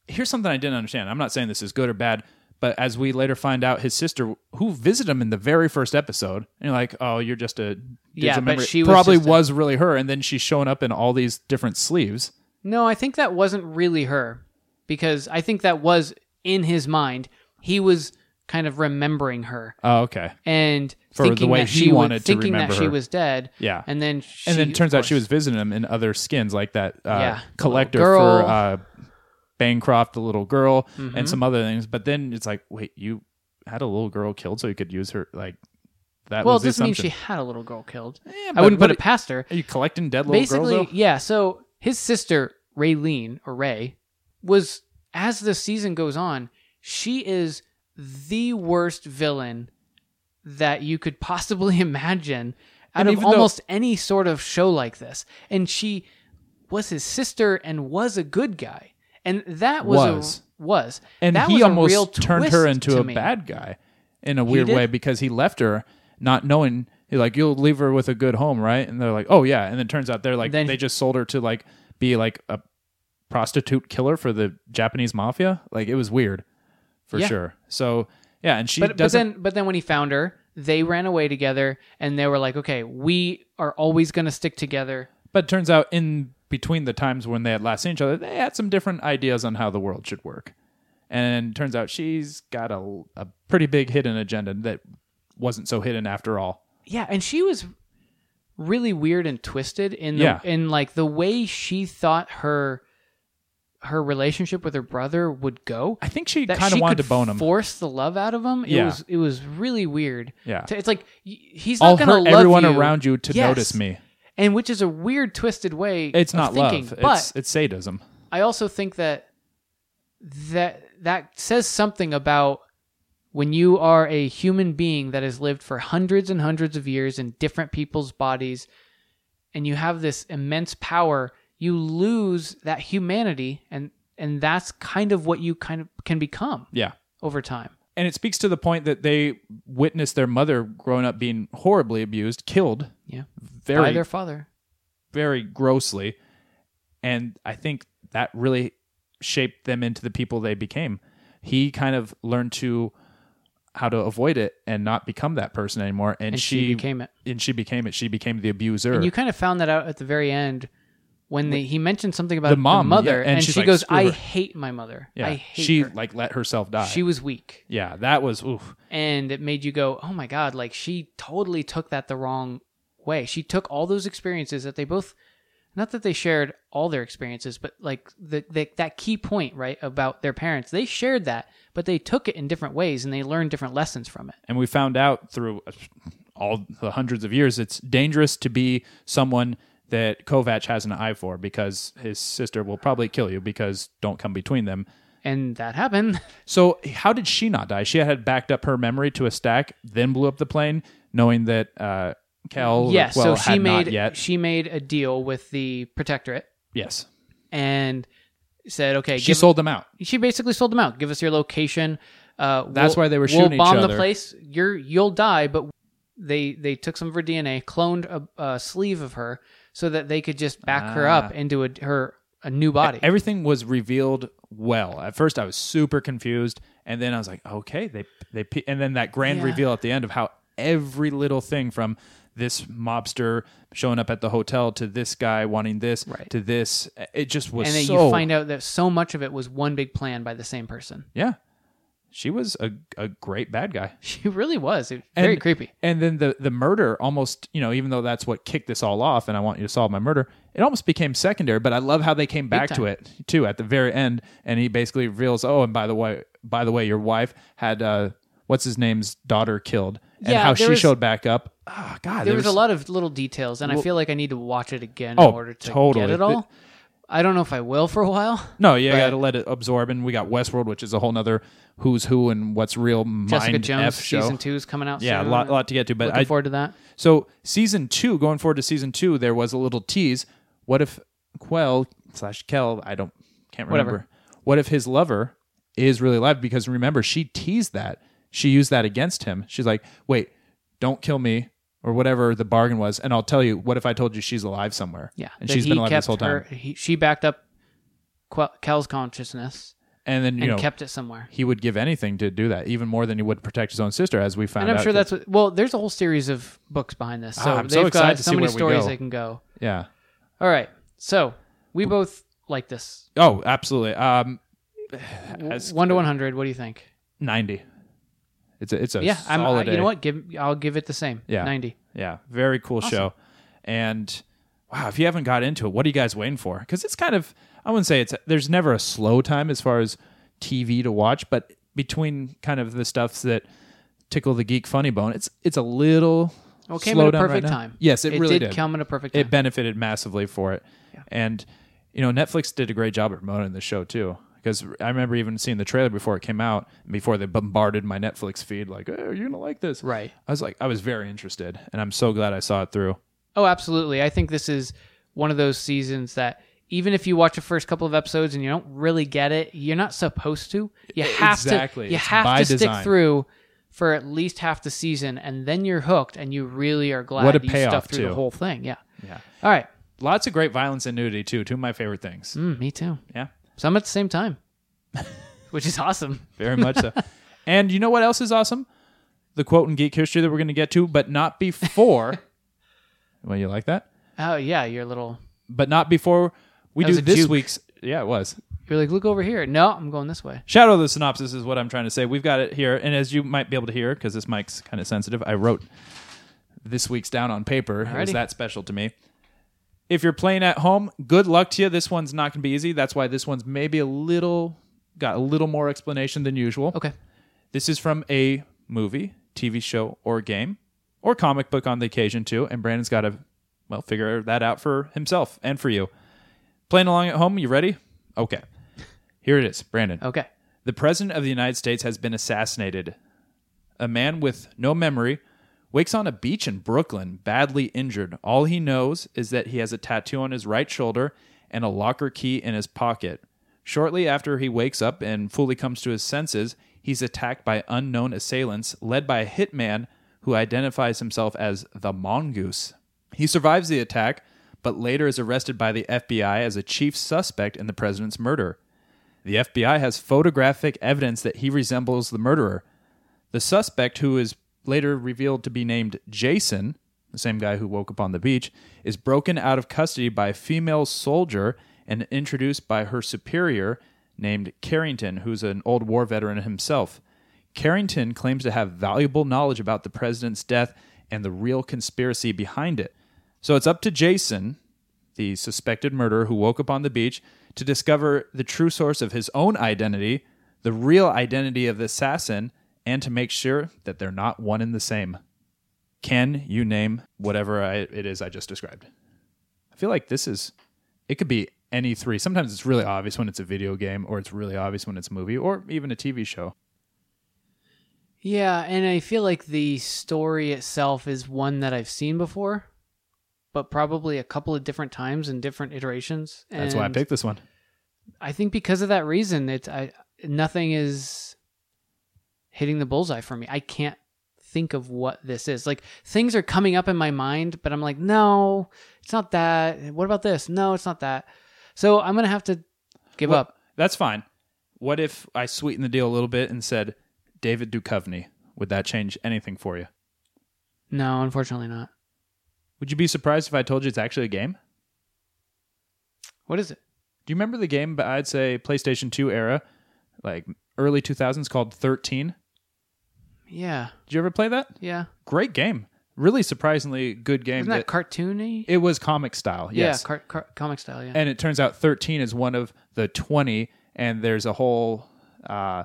Speaker 2: here's something i didn't understand i'm not saying this is good or bad but as we later find out his sister who visited him in the very first episode and you're like oh you're just a
Speaker 1: Yeah,
Speaker 2: digital
Speaker 1: but
Speaker 2: memory.
Speaker 1: she was
Speaker 2: probably
Speaker 1: just a-
Speaker 2: was really her and then she's showing up in all these different sleeves
Speaker 1: No, I think that wasn't really her because I think that was in his mind. He was kind of remembering her
Speaker 2: oh okay
Speaker 1: and
Speaker 2: For the
Speaker 1: thinking
Speaker 2: way
Speaker 1: that
Speaker 2: he
Speaker 1: she would-
Speaker 2: wanted to
Speaker 1: thinking
Speaker 2: remember
Speaker 1: that she
Speaker 2: her.
Speaker 1: was dead.
Speaker 2: Yeah.
Speaker 1: and then she,
Speaker 2: and then it turns
Speaker 1: of
Speaker 2: out she
Speaker 1: course-
Speaker 2: was visiting him in other skins like that uh,
Speaker 1: Yeah, the
Speaker 2: collector
Speaker 1: little
Speaker 2: for
Speaker 1: girl. Mm-hmm.
Speaker 2: uh, bancroft the little girl and some other things but then it's like wait you had a little girl killed so you could use her like that
Speaker 1: Well,
Speaker 2: was
Speaker 1: it
Speaker 2: the
Speaker 1: doesn't mean
Speaker 2: assumption.
Speaker 1: she had a little girl killed. I
Speaker 2: but
Speaker 1: wouldn't
Speaker 2: what
Speaker 1: put it
Speaker 2: do-
Speaker 1: past her.
Speaker 2: Are you collecting dead little
Speaker 1: Basically,
Speaker 2: girls? Though?
Speaker 1: yeah. So his sister Raylene or Ray was, as the season goes on, she is the worst villain that you could possibly imagine out
Speaker 2: And
Speaker 1: of
Speaker 2: even though-
Speaker 1: almost any sort of show like this. And she was his sister and was a good guy, and that was
Speaker 2: Was.
Speaker 1: a, was
Speaker 2: And
Speaker 1: that
Speaker 2: he
Speaker 1: was a
Speaker 2: almost
Speaker 1: real
Speaker 2: turned her
Speaker 1: twist to
Speaker 2: into a
Speaker 1: me.
Speaker 2: bad guy in a weird
Speaker 1: did?
Speaker 2: way because he left her not knowing. He's like, you'll leave her with a good home, right? And they're like, oh yeah. And then it turns out they're like,
Speaker 1: Then-
Speaker 2: they just sold her to like be like a prostitute killer for the Japanese mafia. Like it was weird, for
Speaker 1: Yeah.
Speaker 2: sure. So yeah, and she
Speaker 1: but, but
Speaker 2: doesn't.
Speaker 1: then but then when he found her they ran away together and they were like okay we are always going to stick together
Speaker 2: But it turns out in between the times when they had last seen each other, they had some different ideas on how the world should work. And it turns out she's got a, a pretty big hidden agenda that wasn't so hidden after all.
Speaker 1: yeah and she was really weird and twisted in the,
Speaker 2: Yeah.
Speaker 1: in like the way she thought her her relationship with her brother would go
Speaker 2: I think she
Speaker 1: that
Speaker 2: kind
Speaker 1: she
Speaker 2: of wanted
Speaker 1: could
Speaker 2: to bone him.
Speaker 1: force the love out of him it
Speaker 2: Yeah.
Speaker 1: was it was really weird
Speaker 2: Yeah.
Speaker 1: So it's like y- he's not
Speaker 2: I'll
Speaker 1: going to
Speaker 2: hurt
Speaker 1: love
Speaker 2: everyone
Speaker 1: you.
Speaker 2: around you to
Speaker 1: Yes.
Speaker 2: notice me.
Speaker 1: and which is a weird twisted way
Speaker 2: It's
Speaker 1: of
Speaker 2: not
Speaker 1: thinking
Speaker 2: love.
Speaker 1: but
Speaker 2: it's it's sadism.
Speaker 1: I also think that that that says something about when you are a human being that has lived for hundreds and hundreds of years in different people's bodies and you have this immense power you lose that humanity and and that's kind of what you kind of can become
Speaker 2: Yeah.
Speaker 1: over time
Speaker 2: And it speaks to the point that they witnessed their mother growing up being horribly abused, killed
Speaker 1: yeah by
Speaker 2: very
Speaker 1: their father
Speaker 2: very grossly. And I think that really shaped them into the people they became. He kind of learned to how to avoid it and not become that person anymore. And,
Speaker 1: and she,
Speaker 2: she,
Speaker 1: became it
Speaker 2: and she became it. She became the abuser.
Speaker 1: and you kind of found that out at the very end when they, he mentioned something about
Speaker 2: The
Speaker 1: the,
Speaker 2: mom, yeah,
Speaker 1: mother,
Speaker 2: and
Speaker 1: and,
Speaker 2: she's
Speaker 1: she
Speaker 2: like,
Speaker 1: goes,
Speaker 2: "Screw
Speaker 1: "I
Speaker 2: her."
Speaker 1: hate my mother.
Speaker 2: Yeah,
Speaker 1: I hate
Speaker 2: she
Speaker 1: her."
Speaker 2: like let herself die.
Speaker 1: she was weak,
Speaker 2: yeah, that was oof.
Speaker 1: and it made you go, "Oh my god!" Like she totally took that the wrong way. She took all those experiences that they both, not that they shared all their experiences, but like the, the that key point right about their parents, they shared that, but they took it in different ways, and they learned different lessons from it.
Speaker 2: and we found out through uh, all the hundreds of years it's dangerous to be someone that Kovach has an eye for because his sister will probably kill you because don't come between them.
Speaker 1: And that happened.
Speaker 2: So how did she not die? She had backed up her memory to a stack, then blew up the plane, knowing that uh, Cal
Speaker 1: yeah,
Speaker 2: well,
Speaker 1: so she
Speaker 2: had
Speaker 1: made
Speaker 2: not yet.
Speaker 1: she made a deal with the protectorate
Speaker 2: yes,
Speaker 1: and said, "Okay,
Speaker 2: she
Speaker 1: give-
Speaker 2: sold them out.
Speaker 1: she basically sold them out. Give us your location. Uh,
Speaker 2: That's
Speaker 1: we'll-
Speaker 2: why they were
Speaker 1: We'll
Speaker 2: shooting each
Speaker 1: bomb
Speaker 2: other.
Speaker 1: the place. You're you'll die, but they they took some of her DNA, cloned a, a sleeve of her, so that they could just back her up
Speaker 2: Ah.
Speaker 1: into a her a new body.
Speaker 2: Everything was revealed well. At first, I was super confused, and then I was like, okay, they they, pe- and then that grand
Speaker 1: Yeah.
Speaker 2: reveal at the end of how every little thing from this mobster showing up at the hotel to this guy wanting this
Speaker 1: Right.
Speaker 2: to this, it just was
Speaker 1: and then
Speaker 2: so.
Speaker 1: you find out that so much of it was one big plan by the same person.
Speaker 2: yeah, she was a a great bad guy.
Speaker 1: She really was. It, very
Speaker 2: And-
Speaker 1: creepy.
Speaker 2: And then the the murder almost, you know, even though that's what kicked this all off, and I want you to solve my murder, it almost became secondary. But I love how they came back to
Speaker 1: time.
Speaker 2: it too at the very end, and he basically reveals, oh, and by the way, by the way, your wife had uh, what's his name's daughter killed, and
Speaker 1: Yeah,
Speaker 2: how
Speaker 1: there
Speaker 2: she
Speaker 1: was-
Speaker 2: showed back up. Ah, God,
Speaker 1: there was a lot of little details, and I feel like I need to watch it again
Speaker 2: Oh,
Speaker 1: in order to
Speaker 2: totally.
Speaker 1: get it all. I don't know if I will for a while.
Speaker 2: No, yeah, you
Speaker 1: Right.
Speaker 2: got to let it absorb. And we got Westworld, which is a whole nother who's who and what's real mind
Speaker 1: Jessica Jones
Speaker 2: f show.
Speaker 1: season two is coming out.
Speaker 2: Yeah, a
Speaker 1: soon.
Speaker 2: lot, lot to get to, but
Speaker 1: Looking
Speaker 2: I,
Speaker 1: forward to that.
Speaker 2: So season two, going forward to season two, there was a little tease. What if Quell slash Kel? I don't can't remember.
Speaker 1: Whatever.
Speaker 2: What if his lover is really alive? Because remember, she teased that. She used that against him. She's like, "Wait, don't kill me." Or whatever the bargain was, and I'll tell you. What if I told you she's alive somewhere?
Speaker 1: Yeah,
Speaker 2: and
Speaker 1: that
Speaker 2: she's
Speaker 1: he
Speaker 2: been alive
Speaker 1: kept
Speaker 2: this whole time.
Speaker 1: Her, he, she backed up Quel- Kel's consciousness
Speaker 2: and then you
Speaker 1: and
Speaker 2: know,
Speaker 1: kept it somewhere.
Speaker 2: he would give anything to do that, even more than he would protect his own sister, as we found
Speaker 1: And I'm
Speaker 2: out.
Speaker 1: sure that's what. Well, there's a whole series of books behind this, so
Speaker 2: Ah, I'm
Speaker 1: they've
Speaker 2: so excited
Speaker 1: got
Speaker 2: to
Speaker 1: so
Speaker 2: see
Speaker 1: many
Speaker 2: where we
Speaker 1: stories
Speaker 2: go.
Speaker 1: they can go.
Speaker 2: yeah.
Speaker 1: All right, so we both like this.
Speaker 2: Oh, absolutely. Um, as-
Speaker 1: One to one hundred. What do you think?
Speaker 2: ninety. It's a it's a
Speaker 1: Yeah, I'm. I-
Speaker 2: solid.
Speaker 1: you know
Speaker 2: A.
Speaker 1: what? Give I'll give it the same.
Speaker 2: Yeah.
Speaker 1: ninety.
Speaker 2: Yeah, very cool show. And wow, if you haven't got into it, what are you guys waiting for? Because it's kind of I wouldn't say it's there's never a slow time as far as TV to watch, but between kind of the stuffs that tickle the geek funny bone, it's it's a little
Speaker 1: Well, it came
Speaker 2: slowed
Speaker 1: at a
Speaker 2: down right
Speaker 1: perfect
Speaker 2: now.
Speaker 1: time.
Speaker 2: Yes, it, really
Speaker 1: did.
Speaker 2: did.
Speaker 1: Come at a perfect time.
Speaker 2: it benefited massively for it, and you know Netflix did a great job at promoting the show too. Because I remember even seeing the trailer before it came out, before they bombarded my Netflix feed, like, "Hey, are you gonna like this?"
Speaker 1: Right.
Speaker 2: I was like, I was very interested, and I'm so glad I saw it through.
Speaker 1: Oh, absolutely. I think this is one of those seasons that even if you watch the first couple of episodes and you don't really get it, you're not supposed to. You have
Speaker 2: E, Exactly.
Speaker 1: to. You
Speaker 2: It's
Speaker 1: have
Speaker 2: by
Speaker 1: to stick
Speaker 2: design.
Speaker 1: through for at least half the season, and then you're hooked, and you really are glad
Speaker 2: What a
Speaker 1: that you
Speaker 2: payoff,
Speaker 1: stuck through
Speaker 2: too.
Speaker 1: the whole thing. Yeah.
Speaker 2: Yeah.
Speaker 1: All right.
Speaker 2: Lots of great violence and nudity too. Two of my favorite things.
Speaker 1: Mm, me too.
Speaker 2: Yeah,
Speaker 1: Some at the same time, which is awesome.
Speaker 2: very much so. and you know what else is awesome? The quote in geek history that we're going to get to, but not before. well, you like that?
Speaker 1: Oh yeah, you're a little.
Speaker 2: But not before we
Speaker 1: That was
Speaker 2: do
Speaker 1: a
Speaker 2: this
Speaker 1: juke.
Speaker 2: week's. Yeah, it was.
Speaker 1: You're like, look over here. No, I'm going this way.
Speaker 2: Shadow of the synopsis is what I'm trying to say. We've got it here, and as you might be able to hear, because this mic's kind of sensitive, I wrote this week's down on paper. It was
Speaker 1: Alrighty.
Speaker 2: that special to me. If you're playing at home, good luck to you. This one's not going to be easy. That's why this one's maybe a little got a little more explanation than usual.
Speaker 1: Okay.
Speaker 2: This is from a movie, TV show, or game, or comic book on the occasion too. And Brandon's got to well figure that out for himself and for you. Playing along at home, you ready? Okay. Here it is, Brandon.
Speaker 1: Okay.
Speaker 2: The President of the United States has been assassinated. A man with no memory wakes on a beach in Brooklyn, badly injured. All he knows is that he has a tattoo on his right shoulder and a locker key in his pocket. Shortly after he wakes up and fully comes to his senses, he's attacked by unknown assailants led by a hitman who identifies himself as the Mongoose. He survives the attack, but later is arrested by the FBI as a chief suspect in the president's murder. The FBI has photographic evidence that he resembles the murderer. The suspect, who is later revealed to be named Jason, the same guy who woke up on the beach, is broken out of custody by a female soldier and introduced by her superior named Carrington, who's an old war veteran himself. Carrington claims to have valuable knowledge about the president's death and the real conspiracy behind it. So it's up to Jason, the suspected murderer who woke up on the beach, to discover the true source of his own identity, the real identity of the assassin, and to make sure that they're not one and the same. Can you name whatever I, it is I just described? I feel like this is, it could be any three. Sometimes it's really obvious when it's a video game, or it's really obvious when it's a movie, or even a TV show.
Speaker 1: Yeah, and I feel like the story itself is one that I've seen before, but probably a couple of different times in different iterations. And
Speaker 2: That's why I picked this one.
Speaker 1: I think because of that reason, it's I nothing is hitting the bullseye for me. I can't think of what this is. Like things are coming up in my mind, but I'm like, no, it's not that. What about this? No, it's not that. So I'm gonna have to give
Speaker 2: Well,
Speaker 1: up.
Speaker 2: That's fine. What if I sweetened the deal a little bit and said David Duchovny? Would that change anything for you?
Speaker 1: No, unfortunately not.
Speaker 2: Would you be surprised if I told you it's actually a game?
Speaker 1: What is it?
Speaker 2: Do you remember the game? But I'd say PlayStation 2 era, like early 2000s, called 13.
Speaker 1: Yeah,
Speaker 2: Did you ever play that?
Speaker 1: yeah.
Speaker 2: Great game. Really surprisingly good game.
Speaker 1: Isn't that
Speaker 2: that-
Speaker 1: cartoony?
Speaker 2: it was comic style. Yes.
Speaker 1: Yeah, car- car- comic style. Yeah.
Speaker 2: and it turns out 13 is one of the 20 and there's a whole uh,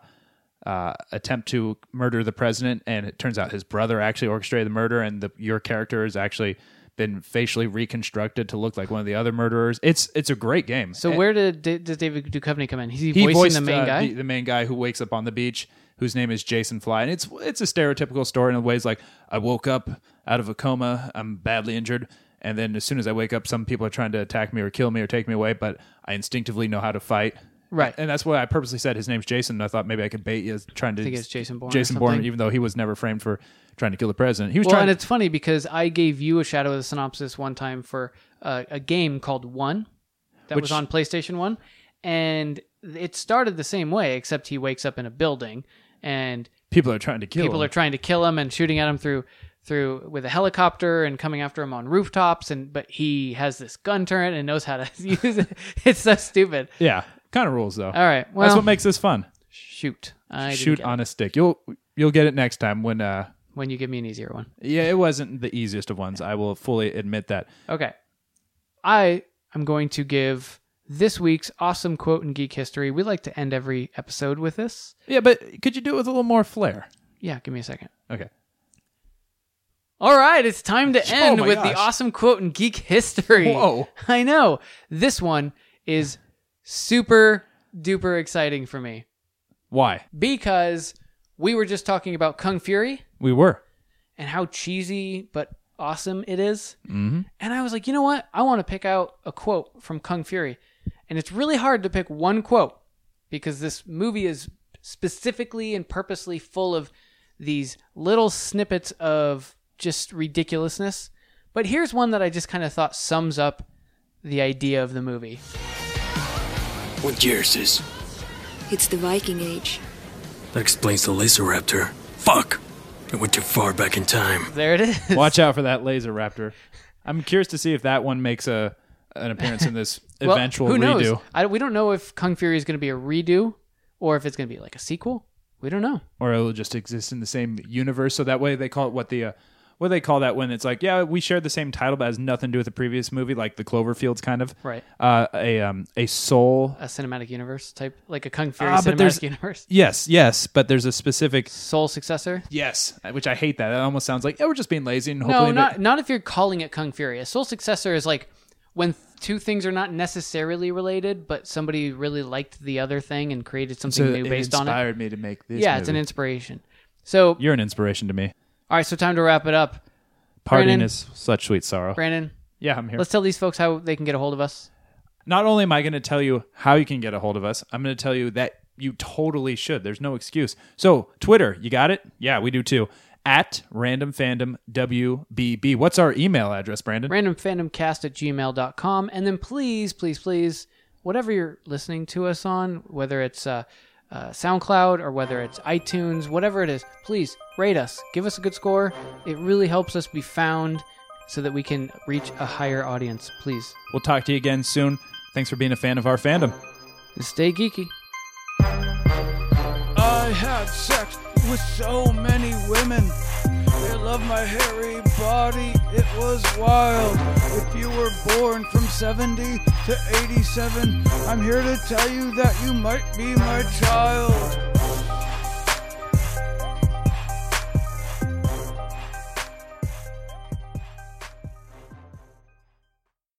Speaker 2: uh, attempt to murder the president and it turns out his brother actually orchestrated the murder and the, your character has actually been facially reconstructed to look like one of the other murderers it's it's a great game
Speaker 1: so
Speaker 2: And
Speaker 1: where did D- does David Duchovny come in? Is he,
Speaker 2: he
Speaker 1: voicing
Speaker 2: voiced,
Speaker 1: the main
Speaker 2: uh,
Speaker 1: guy?
Speaker 2: the, the main guy who wakes up on the beach whose name is jason fly and it's it's a stereotypical story in a way it's like i woke up out of a coma i'm badly injured and then as soon as i wake up some people are trying to attack me or kill me or take me away but i instinctively know how to fight
Speaker 1: Right.
Speaker 2: and that's why i purposely said his name's jason and i thought maybe i could bait you as trying to
Speaker 1: think it's Jason Bourne or
Speaker 2: jason bourne
Speaker 1: something.
Speaker 2: even though he was never framed for trying to kill the president he was
Speaker 1: Well,
Speaker 2: trying
Speaker 1: and
Speaker 2: to
Speaker 1: it's funny because I gave you a Shadow of the Synopsis one time for uh, a game called One that was on PlayStation One, and it started the same way, except he wakes up in a building and
Speaker 2: people are trying to kill
Speaker 1: people
Speaker 2: him.
Speaker 1: are trying to kill him and shooting at him through through with a helicopter and coming after him on rooftops and but he has this gun turret and knows how to use it. It's so stupid.
Speaker 2: yeah kind of rules though
Speaker 1: All right, well,
Speaker 2: that's what makes this fun
Speaker 1: shoot. I didn't
Speaker 2: shoot
Speaker 1: get it.
Speaker 2: on a stick you'll you'll get it next time when uh
Speaker 1: when you give me an easier one.
Speaker 2: Yeah, it wasn't the easiest of ones. I will fully admit that.
Speaker 1: Okay. I am going to give this week's awesome quote in geek history. We like to end every episode with this.
Speaker 2: Yeah, but could you do it with a little more flair?
Speaker 1: Yeah, give me a second.
Speaker 2: Okay.
Speaker 1: All right, it's time to end
Speaker 3: Oh my
Speaker 1: with the
Speaker 3: gosh.
Speaker 1: awesome quote in geek history.
Speaker 2: Whoa.
Speaker 1: I know. This one is super duper exciting for me
Speaker 2: Why?
Speaker 1: because we were just talking about Kung Fury
Speaker 2: We were.
Speaker 1: and how cheesy but awesome it is.
Speaker 2: Mm-hmm.
Speaker 1: And I was like, you know what? I want to pick out a quote from Kung Fury. And it's really hard to pick one quote because this movie is specifically and purposely full of these little snippets of just ridiculousness. But here's one that I just kind of thought sums up the idea of the movie.
Speaker 5: What year is this?
Speaker 6: It's the Viking Age.
Speaker 5: That explains the laser raptor. Fuck! I went too far back in time.
Speaker 1: There it is.
Speaker 2: Watch out for that laser raptor. I'm curious to see if that one makes a an appearance in this
Speaker 1: Well,
Speaker 2: eventual
Speaker 1: who knows?
Speaker 2: redo
Speaker 1: I, we don't know if Kung Fury is going to be a redo or if it's going to be like a sequel. We don't know.
Speaker 2: or it'll just exist in the same universe so that way they call it what the uh, what do they call that when it's like, yeah, we shared the same title but has nothing to do with the previous movie like the Cloverfields kind of.
Speaker 1: Right.
Speaker 2: Uh, a um a soul
Speaker 1: a cinematic universe type, like a Kung Fury
Speaker 2: Ah, but there's-
Speaker 1: cinematic universe.
Speaker 2: Yes, yes, but there's a specific
Speaker 1: Soul successor?
Speaker 2: yes, which I hate that. That almost sounds like, yeah, we're just being lazy and hopefully
Speaker 1: No,
Speaker 2: they-
Speaker 1: not not if you're calling it Kung Fury. A soul successor is like when th- two things are not necessarily related, but somebody really liked the other thing and created something
Speaker 2: So
Speaker 1: new
Speaker 2: it
Speaker 1: based on it.
Speaker 2: inspired me to make this.
Speaker 1: Yeah, it's an
Speaker 2: movie.
Speaker 1: inspiration. So,
Speaker 2: You're an inspiration to me.
Speaker 1: all right, so time to wrap it up.
Speaker 2: Partying
Speaker 1: Brandon-
Speaker 2: is such sweet sorrow.
Speaker 1: Brandon,
Speaker 2: yeah, I'm here.
Speaker 1: let's tell these folks how they can get a hold of us.
Speaker 2: Not only am I going to tell you how you can get a hold of us, I'm going to tell you that you totally should. There's no excuse. So Twitter, you got it? Yeah, we do too. At random fandom WBB. What's our email address, Brandon?
Speaker 1: randomfandomcast at gmail.com and then please please please whatever you're listening to us on whether it's uh, uh, soundcloud or whether it's itunes whatever it is please rate us give us a good score it really helps us be found so that we can reach a higher audience, please.
Speaker 2: We'll talk to you again soon. Thanks for being a fan of our fandom.
Speaker 1: Stay geeky.
Speaker 4: I had sex with so many women. They loved my hairy body, it was wild. If you were born from 70 to 87, I'm here to tell you that you might be my child.